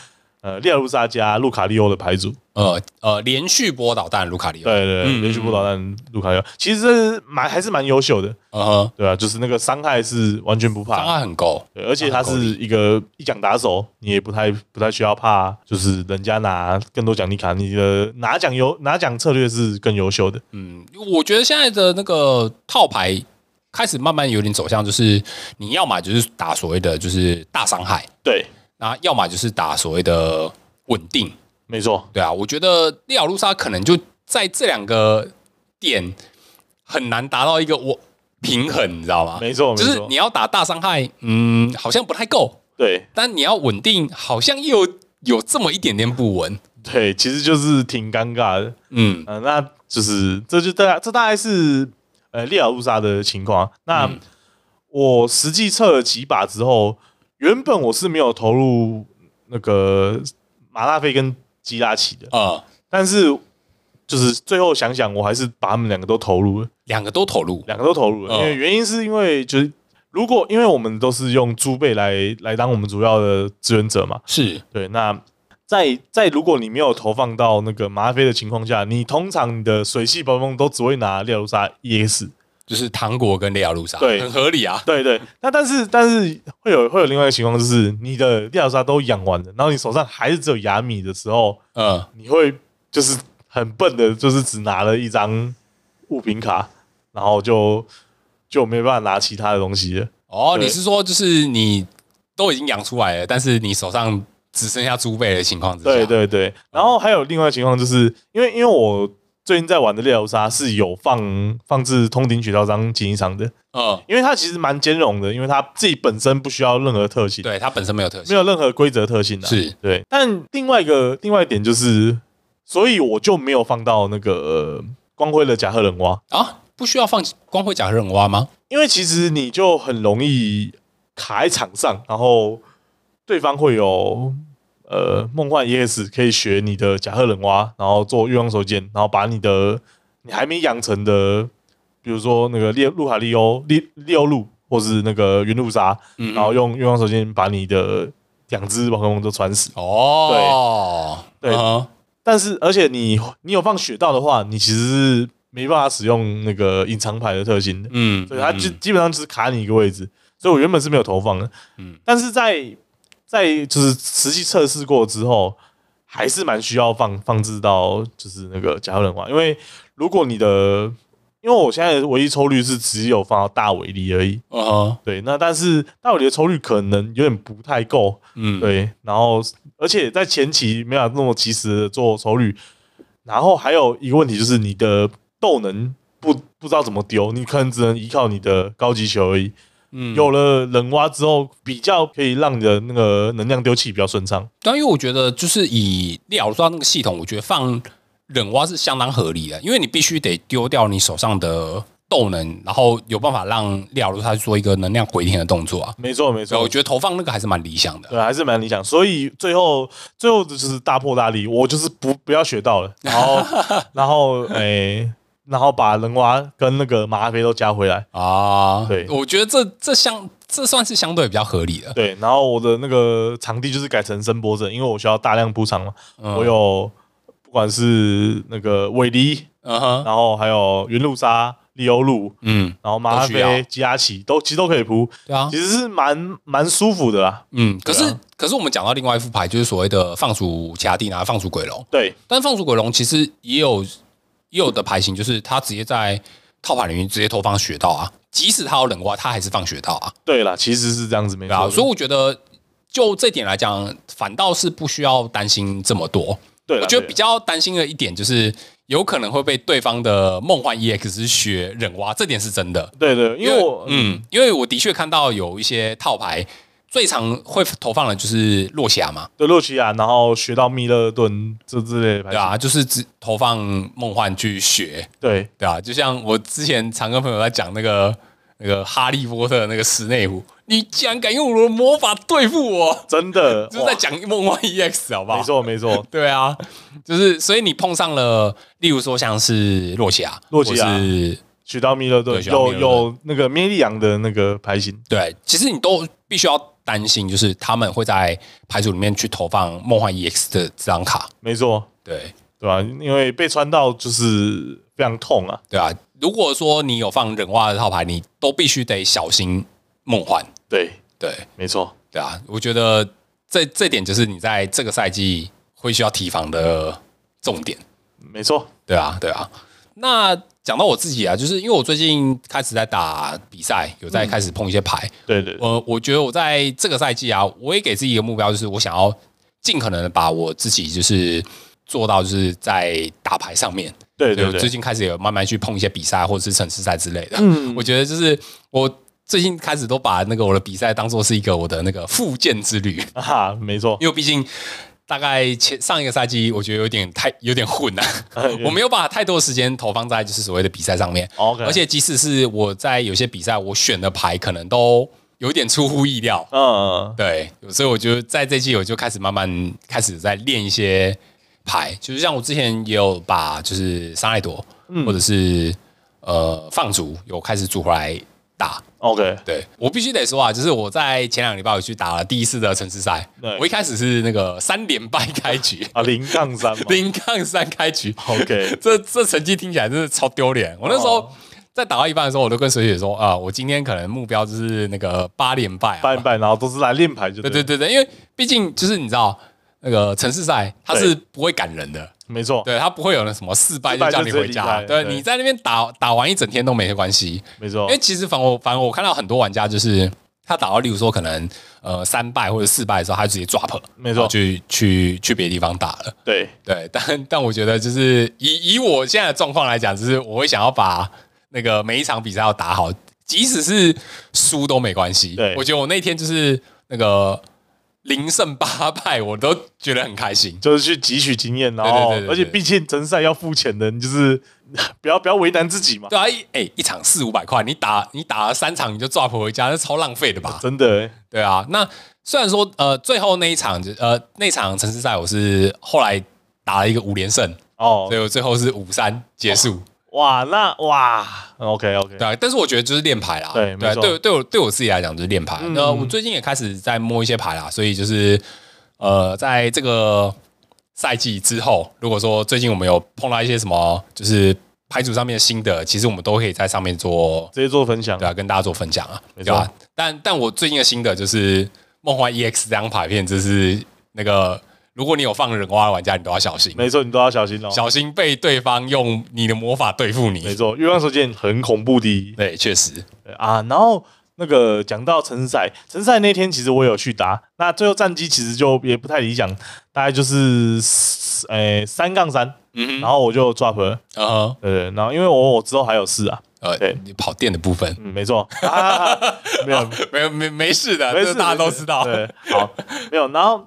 [SPEAKER 2] 呃，利奥莎加路卡利欧的牌组。
[SPEAKER 1] 呃呃，连续波导弹卢卡利奥，
[SPEAKER 2] 对对对，
[SPEAKER 1] 嗯
[SPEAKER 2] 连续不导弹路卡利欧，其实这是蛮还是蛮优秀的，
[SPEAKER 1] 嗯哼，
[SPEAKER 2] 对啊，就是那个伤害是完全不
[SPEAKER 1] 伤
[SPEAKER 2] 怕。
[SPEAKER 1] 害很够，
[SPEAKER 2] 对，而且他是一个一奖打手，你也不太不太需要怕，就是人家拿更多奖励卡，你的拿奖优拿奖策略是更优秀的。
[SPEAKER 1] 嗯，我觉得现在的那个套牌开始慢慢有点走向，就是你要么就是打所谓的就是大伤害，
[SPEAKER 2] 对，
[SPEAKER 1] 那要么就是打所谓的稳定，
[SPEAKER 2] 没错，
[SPEAKER 1] 对啊，我觉得利奥路莎可能就在这两个点很难达到一个我平衡，你知道吗？
[SPEAKER 2] 没错，没
[SPEAKER 1] 就是
[SPEAKER 2] 错
[SPEAKER 1] 你，要打大伤害，嗯，好像不太够，
[SPEAKER 2] 对
[SPEAKER 1] 但你要稳定，好像又有这么一点点不稳。
[SPEAKER 2] 对，其实就是挺尴尬的。
[SPEAKER 1] 嗯，
[SPEAKER 2] 呃，那就是这就大概这大概是呃利尔乌莎的情况。啊那、我实际测了几把之后，原本我是没有投入那个马拉菲跟基拉奇的，
[SPEAKER 1] 呃，
[SPEAKER 2] 但是就是最后想想，我还是把他们两个都投入了，
[SPEAKER 1] 两个都投入，
[SPEAKER 2] 两个都投入了。
[SPEAKER 1] 嗯
[SPEAKER 2] 因为原因是因为就是如果因为我们都是用猪贝来来当我们主要的志愿者嘛，
[SPEAKER 1] 是
[SPEAKER 2] 对，那在在如果你没有投放到那个马拉菲的情况下，你通常你的水系暴风都只会拿利亚卢莎 EX。
[SPEAKER 1] 就是糖果跟利奥路莎，
[SPEAKER 2] 对
[SPEAKER 1] 很合理啊。
[SPEAKER 2] 对对，那但是但是会有会有另外一个情况，就是你的利亚卢莎都养完了，然后你手上还是只有雅米的时候，
[SPEAKER 1] 嗯，
[SPEAKER 2] 你会就是很笨的，就是只拿了一张物品卡，然后就就没办法拿其他的东西了。
[SPEAKER 1] 哦，
[SPEAKER 2] 对
[SPEAKER 1] 你是说就是你都已经养出来了，但是你手上只剩下猪背的情况之下，嗯
[SPEAKER 2] 对，对对，然后还有另外情况，就是因为因为我最近在玩的猎头杀是有放放置通顶取刀章经营商的，
[SPEAKER 1] 嗯，
[SPEAKER 2] 因为它其实蛮兼容的，因为它自己本身不需要任何特性，
[SPEAKER 1] 对，它本身没有特
[SPEAKER 2] 没
[SPEAKER 1] 性，
[SPEAKER 2] 有任何规则特性的、啊
[SPEAKER 1] 是
[SPEAKER 2] 对。但另外一个另外一点就是，所以我就没有放到那个、呃光辉的甲贺人蛙，
[SPEAKER 1] 啊，不需要放光辉甲和人蛙吗？
[SPEAKER 2] 因为其实你就很容易卡在场上，然后对方会有呃梦幻 ES 可以学你的甲贺冷蛙，然后做欲望手剑，然后把你的你还没养成的，比如说那个列路卡利欧、利利欧路，或是那个云路杀，
[SPEAKER 1] 嗯
[SPEAKER 2] 然后用欲望手剑把你的两只宝可梦都穿死。
[SPEAKER 1] 哦，
[SPEAKER 2] 对对
[SPEAKER 1] 嗯哼
[SPEAKER 2] 但是而且你你有放雪道的话，你其实是没办法使用那个隐藏牌的特性的，
[SPEAKER 1] 嗯，
[SPEAKER 2] 所以它就
[SPEAKER 1] 嗯
[SPEAKER 2] 基本上就是卡你一个位置。所以我原本是没有投放的，
[SPEAKER 1] 嗯
[SPEAKER 2] 但是在在就是实际测试过之后，还是蛮需要放放置到就是那个加人化，因为如果你的因为我现在唯一抽率是只有放到大尾力而已，
[SPEAKER 1] 嗯哼
[SPEAKER 2] 对，那但是大尾力的抽率可能有点不太够，
[SPEAKER 1] 嗯，
[SPEAKER 2] 对，然后而且在前期没有那么及时的做手捋，然后还有一个问题就是你的斗能不不知道怎么丢，你可能只能依靠你的高级球而已。
[SPEAKER 1] 嗯
[SPEAKER 2] 有了人蛙之后，比较可以让你的那个能量丢弃比较顺畅。
[SPEAKER 1] 但啊因为我觉得，就是以料抓那个系统，我觉得放冷蛙是相当合理的，因为你必须得丢掉你手上的斗能，然后有办法让料如它做一个能量回填的动作啊。
[SPEAKER 2] 没错，没
[SPEAKER 1] 所以我
[SPEAKER 2] 错。
[SPEAKER 1] 觉得投放那个还是蛮理想的。
[SPEAKER 2] 对，还是蛮理想，所以最后最后就是大破大立，我就是不不要学到了，然后然后诶、然后把人蛙跟那个马哈飞都加回来，
[SPEAKER 1] 啊，
[SPEAKER 2] 对
[SPEAKER 1] 我觉得这这相这算是相对比较合理 的。
[SPEAKER 2] 对，然后我的那个场地就是改成声波阵，因为我需要大量铺场嘛。
[SPEAKER 1] 嗯
[SPEAKER 2] 我有不管是那个韦迪，
[SPEAKER 1] 嗯哼，
[SPEAKER 2] 然后还有云露莎、利欧路，
[SPEAKER 1] 嗯，
[SPEAKER 2] 然后马哈
[SPEAKER 1] 都需要
[SPEAKER 2] 菲、基亚奇都其实都可以铺，
[SPEAKER 1] 对啊
[SPEAKER 2] 其，实是蛮蛮舒服的啦。
[SPEAKER 1] 嗯，可是、
[SPEAKER 2] 对啊
[SPEAKER 1] 可是我们讲到另外一副牌，就是所谓的放逐其他地拿放逐鬼龙，
[SPEAKER 2] 对，
[SPEAKER 1] 但放逐鬼龙其实也有也有的牌型，就是它直接在套牌里面直接投放雪道啊，即使它有冷瓜，它还是放雪道啊，
[SPEAKER 2] 对啦，其实是这样子没
[SPEAKER 1] 对啊，
[SPEAKER 2] 错。
[SPEAKER 1] 所以我觉得就这点来讲，反倒是不需要担心这么多。
[SPEAKER 2] 对啦，
[SPEAKER 1] 我觉得比
[SPEAKER 2] 对啦
[SPEAKER 1] 较担心的一点就是，有可能会被对方的梦幻 EX 学忍蛙，这点是真的。
[SPEAKER 2] 对对，因为我嗯
[SPEAKER 1] 嗯，因为我的确看到有一些套牌最常会投放的就是落霞嘛，
[SPEAKER 2] 对洛奇亚，然后学到密勒顿这之类的牌
[SPEAKER 1] 对
[SPEAKER 2] 型，
[SPEAKER 1] 啊，就是只投放梦幻去学，
[SPEAKER 2] 对
[SPEAKER 1] 对啊，就像我之前常跟朋友在讲那个那个哈利波特的那个室内湖，你竟然敢用我的魔法对付我，
[SPEAKER 2] 真的
[SPEAKER 1] 就是在
[SPEAKER 2] 哇
[SPEAKER 1] 讲梦幻 EX 好不好
[SPEAKER 2] 没？错没错，
[SPEAKER 1] 对啊，就是所以你碰上了，例如说像是洛奇亚，
[SPEAKER 2] 洛奇亚
[SPEAKER 1] 或是
[SPEAKER 2] 学到密勒顿
[SPEAKER 1] 对学到
[SPEAKER 2] 有
[SPEAKER 1] 密勒顿
[SPEAKER 2] 有那个咩利昂的那个牌型，
[SPEAKER 1] 对，其实你都必须要担心，就是他们会在牌组里面去投放梦幻 EX 的这张卡，
[SPEAKER 2] 没错。
[SPEAKER 1] 对
[SPEAKER 2] 对吧、因为被穿到就是非常痛啊。
[SPEAKER 1] 对啊。如果说你有放忍蛙的套牌，你都必须得小心梦幻，
[SPEAKER 2] 对，
[SPEAKER 1] 对
[SPEAKER 2] 没错，
[SPEAKER 1] 对啊。我觉得这这点就是你在这个赛季会需要提防的重点。
[SPEAKER 2] 没错。
[SPEAKER 1] 对啊，对啊。那讲到我自己啊，就是因为我最近开始在打比赛，有在开始碰一些牌。
[SPEAKER 2] 对对对
[SPEAKER 1] 我我觉得我在这个赛季啊，我也给自己一个目标，就是我想要尽可能的把我自己就是做到就是在打牌上面。
[SPEAKER 2] 对
[SPEAKER 1] 对
[SPEAKER 2] 对
[SPEAKER 1] 我最
[SPEAKER 2] 对，
[SPEAKER 1] 近开始有慢慢去碰一些比赛或者是城市赛之类的。嗯， 我觉得就是我。最近开始都把那个我的比赛当做是一个我的那个复健之 旅，
[SPEAKER 2] 啊，没错。
[SPEAKER 1] 因为毕竟大概前上一个赛季我觉得有点太有点混 了、我哎没有把太多的时间投放在就是所谓的比赛上面。
[SPEAKER 2] OK，
[SPEAKER 1] 而且即使是我在有些比赛，我选的牌可能都有一点出乎意料。
[SPEAKER 2] 嗯，
[SPEAKER 1] 对，所以我就在这季我就开始慢慢开始在练一些牌，就是像我之前也有把就是沙奈朵、或者是呃放逐有开始组回来打。
[SPEAKER 2] OK，
[SPEAKER 1] 对我必须得说啊，就是我在前两个礼拜我去打了第一次的城市赛
[SPEAKER 2] 对，，
[SPEAKER 1] 我一开始是那个三连败开局
[SPEAKER 2] 啊，零杠三嘛。
[SPEAKER 1] 零杠三开局，
[SPEAKER 2] OK，
[SPEAKER 1] 这这成绩听起来真是超丢脸。我那时候
[SPEAKER 2] 哦
[SPEAKER 1] 在打到一半的时候，我都跟水姐说啊，我今天可能目标就是那个八连败、
[SPEAKER 2] 拜
[SPEAKER 1] 啊。
[SPEAKER 2] 拜，然后都是来练牌就
[SPEAKER 1] 对
[SPEAKER 2] 对
[SPEAKER 1] 对
[SPEAKER 2] 了，
[SPEAKER 1] 对对，因为毕竟就是你知道。那个城市赛，它
[SPEAKER 2] 对
[SPEAKER 1] 是不会赶人的，
[SPEAKER 2] 没错，
[SPEAKER 1] 对它不会有那什么四败
[SPEAKER 2] 四败
[SPEAKER 1] 就叫你
[SPEAKER 2] 就直接
[SPEAKER 1] 回
[SPEAKER 2] 离
[SPEAKER 1] 家，
[SPEAKER 2] 开
[SPEAKER 1] 对
[SPEAKER 2] 对
[SPEAKER 1] 你在那边打打完一整天都没关系，
[SPEAKER 2] 没错
[SPEAKER 1] 因为。其实反我反而我看到很多玩家就是他打到，例如说可能呃三败或者四败的时候，他就直接 drop，
[SPEAKER 2] 没错
[SPEAKER 1] 然后去去去别的地方打了。
[SPEAKER 2] 对，
[SPEAKER 1] 对， 但但我觉得就是以以我现在的状况来讲，就是我会想要把那个每一场比赛要打好，即使是输都没关系。
[SPEAKER 2] 对
[SPEAKER 1] 我觉得我那天就是那个零胜八败，我都觉得很开心。
[SPEAKER 2] 就是去汲取经验，然后
[SPEAKER 1] 对对对对对
[SPEAKER 2] 而且毕竟真赛要付钱的，你就是 不要不要为难自己嘛，
[SPEAKER 1] 对啊，一哎、一场四五百块，你打你打了三场你就 drop 回家，那超浪费的吧？
[SPEAKER 2] 真的欸
[SPEAKER 1] 对啊，那虽然说呃最后那一场就呃那场城市赛我是后来打了一个五连胜，
[SPEAKER 2] 哦
[SPEAKER 1] 所以。我最后是五三结束。
[SPEAKER 2] 哇，那哇，OK OK，
[SPEAKER 1] 对啊，但是我觉得就是练牌啦。
[SPEAKER 2] 对
[SPEAKER 1] 对啊
[SPEAKER 2] 没错
[SPEAKER 1] 对，对我对我自己来讲就是练牌。
[SPEAKER 2] 嗯
[SPEAKER 1] 那我最近也开始在摸一些牌啦，所以就是呃，在这个赛季之后，如果说最近我们有碰到一些什么就是排组上面的心得，其实我们都可以在上面做，
[SPEAKER 2] 直接做分享
[SPEAKER 1] 对。啊，跟大家做分享啊，
[SPEAKER 2] 没
[SPEAKER 1] 对
[SPEAKER 2] 错
[SPEAKER 1] 吧、但但我最近的心得就是《梦幻 EX》这张卡片，就是那个如果你有放人蛙的玩家，你都要小心，
[SPEAKER 2] 没错，你都要小心哦。
[SPEAKER 1] 小心被对方用你的魔法对付
[SPEAKER 2] 没
[SPEAKER 1] 你。
[SPEAKER 2] 错，月光手剑很恐怖的
[SPEAKER 1] 对，确实，
[SPEAKER 2] 对啊。然后那个讲到城赛，城赛那天其实我有去打，那最后战绩其实就也不太理想，大概就是呃三杠三，
[SPEAKER 1] 嗯
[SPEAKER 2] 然后我就 drop 了。
[SPEAKER 1] 嗯哼，
[SPEAKER 2] 对，然后因为我我之后还有事啊，
[SPEAKER 1] 呃
[SPEAKER 2] 对，
[SPEAKER 1] 你跑店的部分，
[SPEAKER 2] 嗯，没错，啊、没有
[SPEAKER 1] 没有没没事的，
[SPEAKER 2] 没
[SPEAKER 1] 这
[SPEAKER 2] 事，
[SPEAKER 1] 大家都
[SPEAKER 2] 没事
[SPEAKER 1] 知道。
[SPEAKER 2] 对，好，没有。然后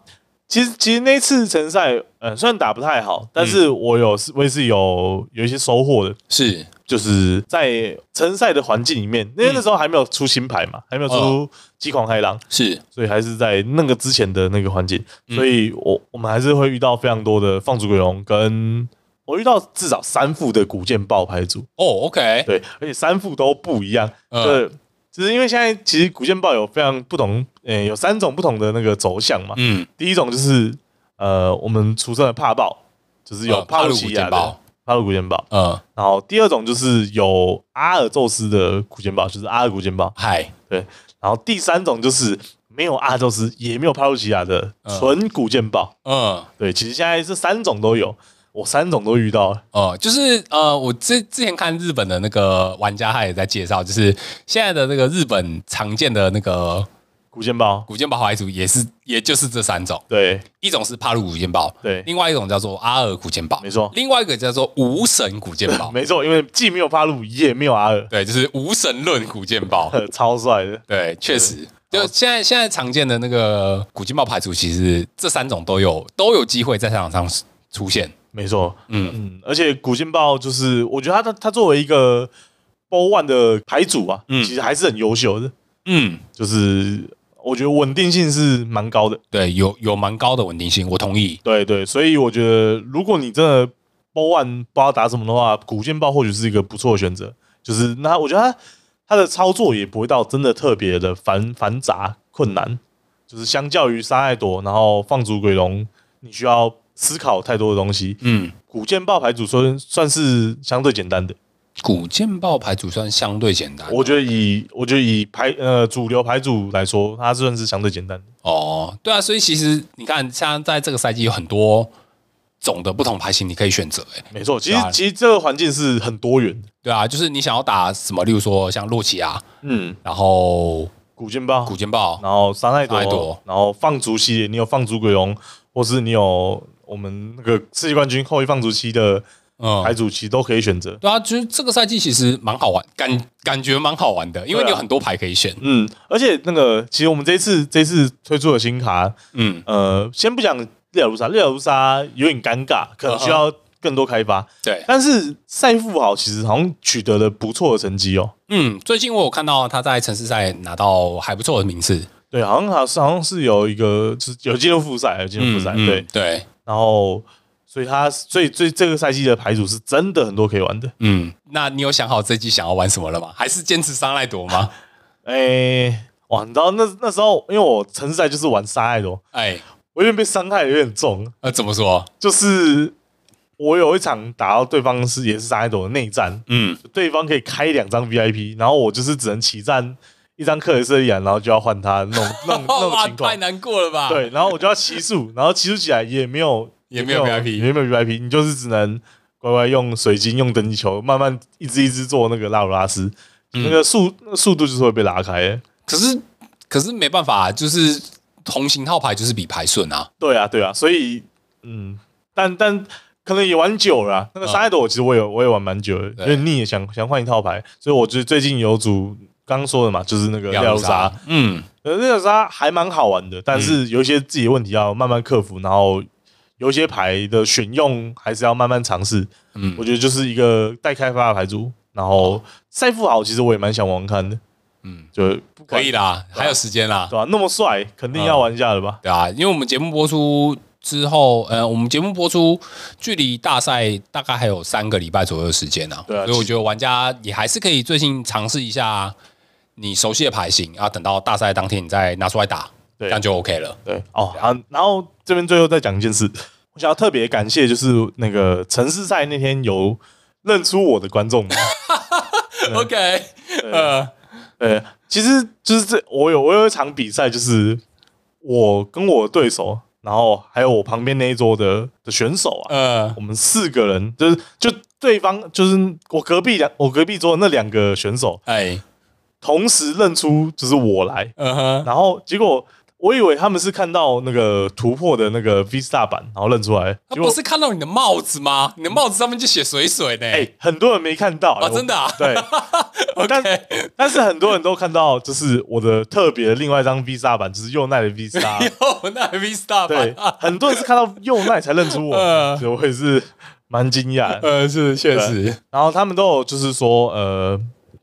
[SPEAKER 2] 其实其实那次城赛，呃，虽然打不太好，但
[SPEAKER 1] 嗯
[SPEAKER 2] 是我有是我也是有有一些收获的，
[SPEAKER 1] 是，
[SPEAKER 2] 就是在城赛的环境里面，因为那时候还没有出新牌嘛，还没有
[SPEAKER 1] 嗯哦
[SPEAKER 2] 出激狂开朗，
[SPEAKER 1] 是，
[SPEAKER 2] 所以还是在那个之前的那个环境，
[SPEAKER 1] 嗯
[SPEAKER 2] 所以我我们还是会遇到非常多的放逐鬼龙跟。我遇到至少三副的古剑爆牌组，
[SPEAKER 1] 哦，OK，
[SPEAKER 2] 对，而且三副都不一样，
[SPEAKER 1] 嗯
[SPEAKER 2] 对，就是因为现在其实古剑豹有非常不同，呃、有三种不同的那个走向嘛。
[SPEAKER 1] 嗯，
[SPEAKER 2] 第一种就是呃，我们俗称的怕豹，就是有
[SPEAKER 1] 呃帕
[SPEAKER 2] 路
[SPEAKER 1] 鲁
[SPEAKER 2] 西
[SPEAKER 1] 古
[SPEAKER 2] 亚
[SPEAKER 1] 剑
[SPEAKER 2] 的
[SPEAKER 1] 豹，
[SPEAKER 2] 帕鲁古剑豹。
[SPEAKER 1] 嗯，
[SPEAKER 2] 然后第二种就是有阿尔宙斯的古剑豹，就是阿尔古剑豹。
[SPEAKER 1] 嗨，
[SPEAKER 2] 然后第三种就是没有阿尔宙斯，也没有帕路西亚的
[SPEAKER 1] 嗯
[SPEAKER 2] 纯古剑豹。
[SPEAKER 1] 嗯。
[SPEAKER 2] 对，其实现在这三种都有，我三种都遇到了。
[SPEAKER 1] 哦、就是呃，我之之前看日本的那个玩家，他也在介绍，就是现在的那个日本常见的那个
[SPEAKER 2] 古剑豹，
[SPEAKER 1] 古剑豹怀族，也是也就是这三种，
[SPEAKER 2] 对
[SPEAKER 1] 一种是帕鲁古剑豹，
[SPEAKER 2] 对
[SPEAKER 1] 另外一种叫做阿尔古剑豹，
[SPEAKER 2] 没错
[SPEAKER 1] 另外一个叫做无神古剑豹，
[SPEAKER 2] 没错，因为既没有帕路，也没有阿尔，
[SPEAKER 1] 对，就是无神论古剑 豹，
[SPEAKER 2] 呵超帅的。
[SPEAKER 1] 对，确实。就现在现在常见的那个古剑豹排除，其实这三种都有都有机会在赛场上出现。
[SPEAKER 2] 没错，
[SPEAKER 1] 嗯
[SPEAKER 2] 嗯，而且古剑豹就是，我觉得他他他作为一个 BO One 的牌主啊，
[SPEAKER 1] 嗯
[SPEAKER 2] 其实还是很优秀的，
[SPEAKER 1] 嗯，
[SPEAKER 2] 就是我觉得稳定性是蛮高的，
[SPEAKER 1] 对，有有蛮高的稳定性，我同意。
[SPEAKER 2] 对对，所以我觉得如果你真的 BO One 不知道打什么的话，古剑豹或许是一个不错的选择，就是那我觉得他他的操作也不会到真的特别的繁繁杂困难，就是相较于沙爱朵，然后放逐鬼龙，你需要思考太多的东西，
[SPEAKER 1] 嗯，
[SPEAKER 2] 古剑爆牌组算算是相对简单的，
[SPEAKER 1] 古剑豹排除算相对简单
[SPEAKER 2] 我觉得以我觉得以牌呃主流牌组来说，它算是相对简单的。
[SPEAKER 1] 哦，对啊，所以其实你看，像在这个赛季有很多种的不同牌型你可以选择，哎，
[SPEAKER 2] 没错，其实
[SPEAKER 1] 对啊
[SPEAKER 2] 其实这个环境是很多元的。
[SPEAKER 1] 对啊，就是你想要打什么，例如说像洛奇啊，
[SPEAKER 2] 嗯，
[SPEAKER 1] 然后
[SPEAKER 2] 古剑爆，
[SPEAKER 1] 古剑豹，
[SPEAKER 2] 然后伤害
[SPEAKER 1] 伤害
[SPEAKER 2] 朵
[SPEAKER 1] 朵，
[SPEAKER 2] 然后放逐系列，你有放逐鬼龙，或是你有我们那个世界冠军后裔放逐期的
[SPEAKER 1] 嗯，
[SPEAKER 2] 牌组，其实都可以选择。
[SPEAKER 1] 对啊，就是这个赛季其实蛮好玩，感感觉蛮好玩的，因为
[SPEAKER 2] 对啊
[SPEAKER 1] 你有很多牌可以选。
[SPEAKER 2] 嗯，而且那个，其实我们这一次这一次推出的新卡，
[SPEAKER 1] 嗯，
[SPEAKER 2] 呃，先不讲烈尔如沙，烈尔如沙有点尴尬，可
[SPEAKER 1] 嗯
[SPEAKER 2] 能需要更多开发。
[SPEAKER 1] 对，
[SPEAKER 2] 但是赛富豪其实好像取得了不错的成绩哦。
[SPEAKER 1] 嗯，最近我有看到他在城市赛拿到还不错的名次，
[SPEAKER 2] 对，好像好是好像是有一个就是有进入复赛，有进入复赛，
[SPEAKER 1] 嗯
[SPEAKER 2] 对，
[SPEAKER 1] 对，
[SPEAKER 2] 然后所以他所以所以这个赛季的牌组是真的很多可以玩的。
[SPEAKER 1] 嗯，那你有想好这季想要玩什么了吗？还是坚持伤害多 吗？
[SPEAKER 2] 哎，哇，你知道那那时候因为我城市赛就是玩沙爱的哦，
[SPEAKER 1] 哎，
[SPEAKER 2] 我有点被伤害有点重，
[SPEAKER 1] 呃，怎么说？
[SPEAKER 2] 就是。我有一场打到对方是也是沙爱朵的内战，
[SPEAKER 1] 嗯，
[SPEAKER 2] 对方可以开两张 VIP，然后我就是只能起战一张克里斯利亚，然后就要换他 弄弄弄
[SPEAKER 1] 哦哇，
[SPEAKER 2] 情况
[SPEAKER 1] 太，难过了吧？，
[SPEAKER 2] 对，然后我就要骑术，然后骑术起来也没有
[SPEAKER 1] 也没有 VIP
[SPEAKER 2] 也没有 VIP，你就是只能乖乖用水晶、用等级球，慢慢一只一只做那个拉鲁拉斯，
[SPEAKER 1] 嗯
[SPEAKER 2] 那个速那个速度就是会被拉开的。
[SPEAKER 1] 可是可是没办法，就是同型号牌就是比牌顺啊。
[SPEAKER 2] 对啊，对啊，所以嗯，但但可能也玩久了啊、那个
[SPEAKER 1] 嗯
[SPEAKER 2] 沙袋朵我其实我也我也玩蛮久的，
[SPEAKER 1] 对
[SPEAKER 2] 因为腻也想想换一套牌，所以我觉得最近有组刚刚说的嘛，就是那个廖
[SPEAKER 1] 廖
[SPEAKER 2] 如沙，，
[SPEAKER 1] 嗯，
[SPEAKER 2] 呃，那个沙还蛮好玩的，但是有一些自己的问题要慢慢克服，然后有一些牌的选用还是要慢慢尝试。
[SPEAKER 1] 嗯
[SPEAKER 2] 我觉得就是一个待开发的牌组，然后赛富豪其实我也蛮想玩看的，
[SPEAKER 1] 嗯，
[SPEAKER 2] 就不
[SPEAKER 1] 可
[SPEAKER 2] 管
[SPEAKER 1] 以啦，还有时间啦
[SPEAKER 2] 对，吧、啊那么帅，肯定要玩一下的吧？
[SPEAKER 1] 对啊，因为我们节目播出之后，呃，我们节目播出距离大赛大概还有三个礼拜左右的时间啊，
[SPEAKER 2] 对啊
[SPEAKER 1] 所以我觉得玩家也还是可以最近尝试一下你熟悉的牌型，啊，等到大赛当天你再拿出来打，
[SPEAKER 2] 对
[SPEAKER 1] 这样就 OK 了。
[SPEAKER 2] 对，哦，然后然后这边最后再讲一件事，我想要特别感谢，就是那个城市赛那天有认出我的观 众吗？
[SPEAKER 1] OK，呃，
[SPEAKER 2] 对，其实就是这，我有我有一场比赛，就是我跟我的对手，然后还有我旁边那一桌的的选手啊，
[SPEAKER 1] 呃，
[SPEAKER 2] 我们四个人就是就对方就是我隔壁两我隔壁桌的那两个选手，
[SPEAKER 1] 哎，
[SPEAKER 2] 同时认出就是我来，
[SPEAKER 1] 嗯哼，
[SPEAKER 2] 然后结果我以为他们是看到那个突破的那个 Vista 版，然后认出来，
[SPEAKER 1] 他
[SPEAKER 2] 结
[SPEAKER 1] 不
[SPEAKER 2] 果
[SPEAKER 1] 是看到你的帽子吗？你的帽子上面就写水水呢。
[SPEAKER 2] 哎、很多人没看到哎
[SPEAKER 1] 啊，真的啊
[SPEAKER 2] 对， 但
[SPEAKER 1] OK，
[SPEAKER 2] 但是很多人都看到，就是我的特别的另外一张 Visa 版，就是右奈的 Visa。啊
[SPEAKER 1] 有那 V Star
[SPEAKER 2] 对，很多人是看到右奈才认出 我，
[SPEAKER 1] 嗯
[SPEAKER 2] 所以我也是蛮惊讶的。
[SPEAKER 1] 呃，是确实，
[SPEAKER 2] 然后他们都有就是说，呃，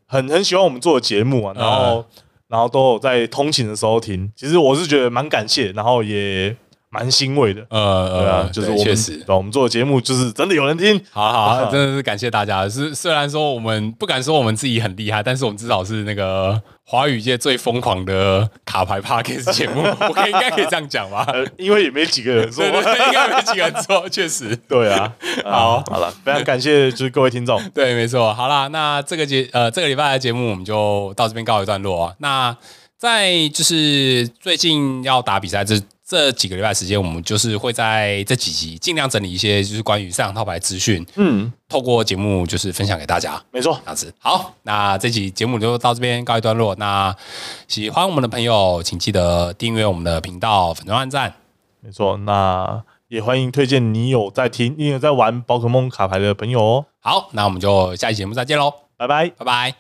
[SPEAKER 2] 很很喜欢我们做的节目啊，
[SPEAKER 1] 嗯
[SPEAKER 2] 然后、然后都有在通勤的时候听。其实我是觉得蛮感谢，然后也蛮欣慰的。
[SPEAKER 1] 呃
[SPEAKER 2] 对啊
[SPEAKER 1] 呃，，
[SPEAKER 2] 就是
[SPEAKER 1] 对
[SPEAKER 2] 我们
[SPEAKER 1] 确实，
[SPEAKER 2] 对我们做的节目就是真的有人听。
[SPEAKER 1] 好好
[SPEAKER 2] 啊
[SPEAKER 1] 好，真的是感谢大家。是虽然说我们不敢说我们自己很厉害，但是我们至少是那个华语界最疯狂的卡牌 Podcast 节 目，我可以应该可以这样讲吧？
[SPEAKER 2] 呃，因为也没几个人说
[SPEAKER 1] 对，对对，应该没几个人做，确实。
[SPEAKER 2] 对啊，
[SPEAKER 1] 好
[SPEAKER 2] 啊好了， 非常感谢就是各位听众，
[SPEAKER 1] 对，没错。好啦，那这个节呃这个礼拜的节目我们就到这边告一段落啊。那在就是最近要打比赛这这几个礼拜时间，我们就是会在这几集尽量整理一些就是关于赛场套牌资讯，
[SPEAKER 2] 嗯，
[SPEAKER 1] 透过节目就是分享给大家。
[SPEAKER 2] 没错
[SPEAKER 1] 这，样子好，那这期节目就到这边告一段落。那喜欢我们的朋友，请记得订阅我们的频道，粉砖按赞。
[SPEAKER 2] 没错。那也欢迎推荐你有在听、你有在玩宝可梦卡牌的朋友哦，
[SPEAKER 1] 好，那我们就下期节目再见喽，
[SPEAKER 2] 拜拜。
[SPEAKER 1] 拜拜。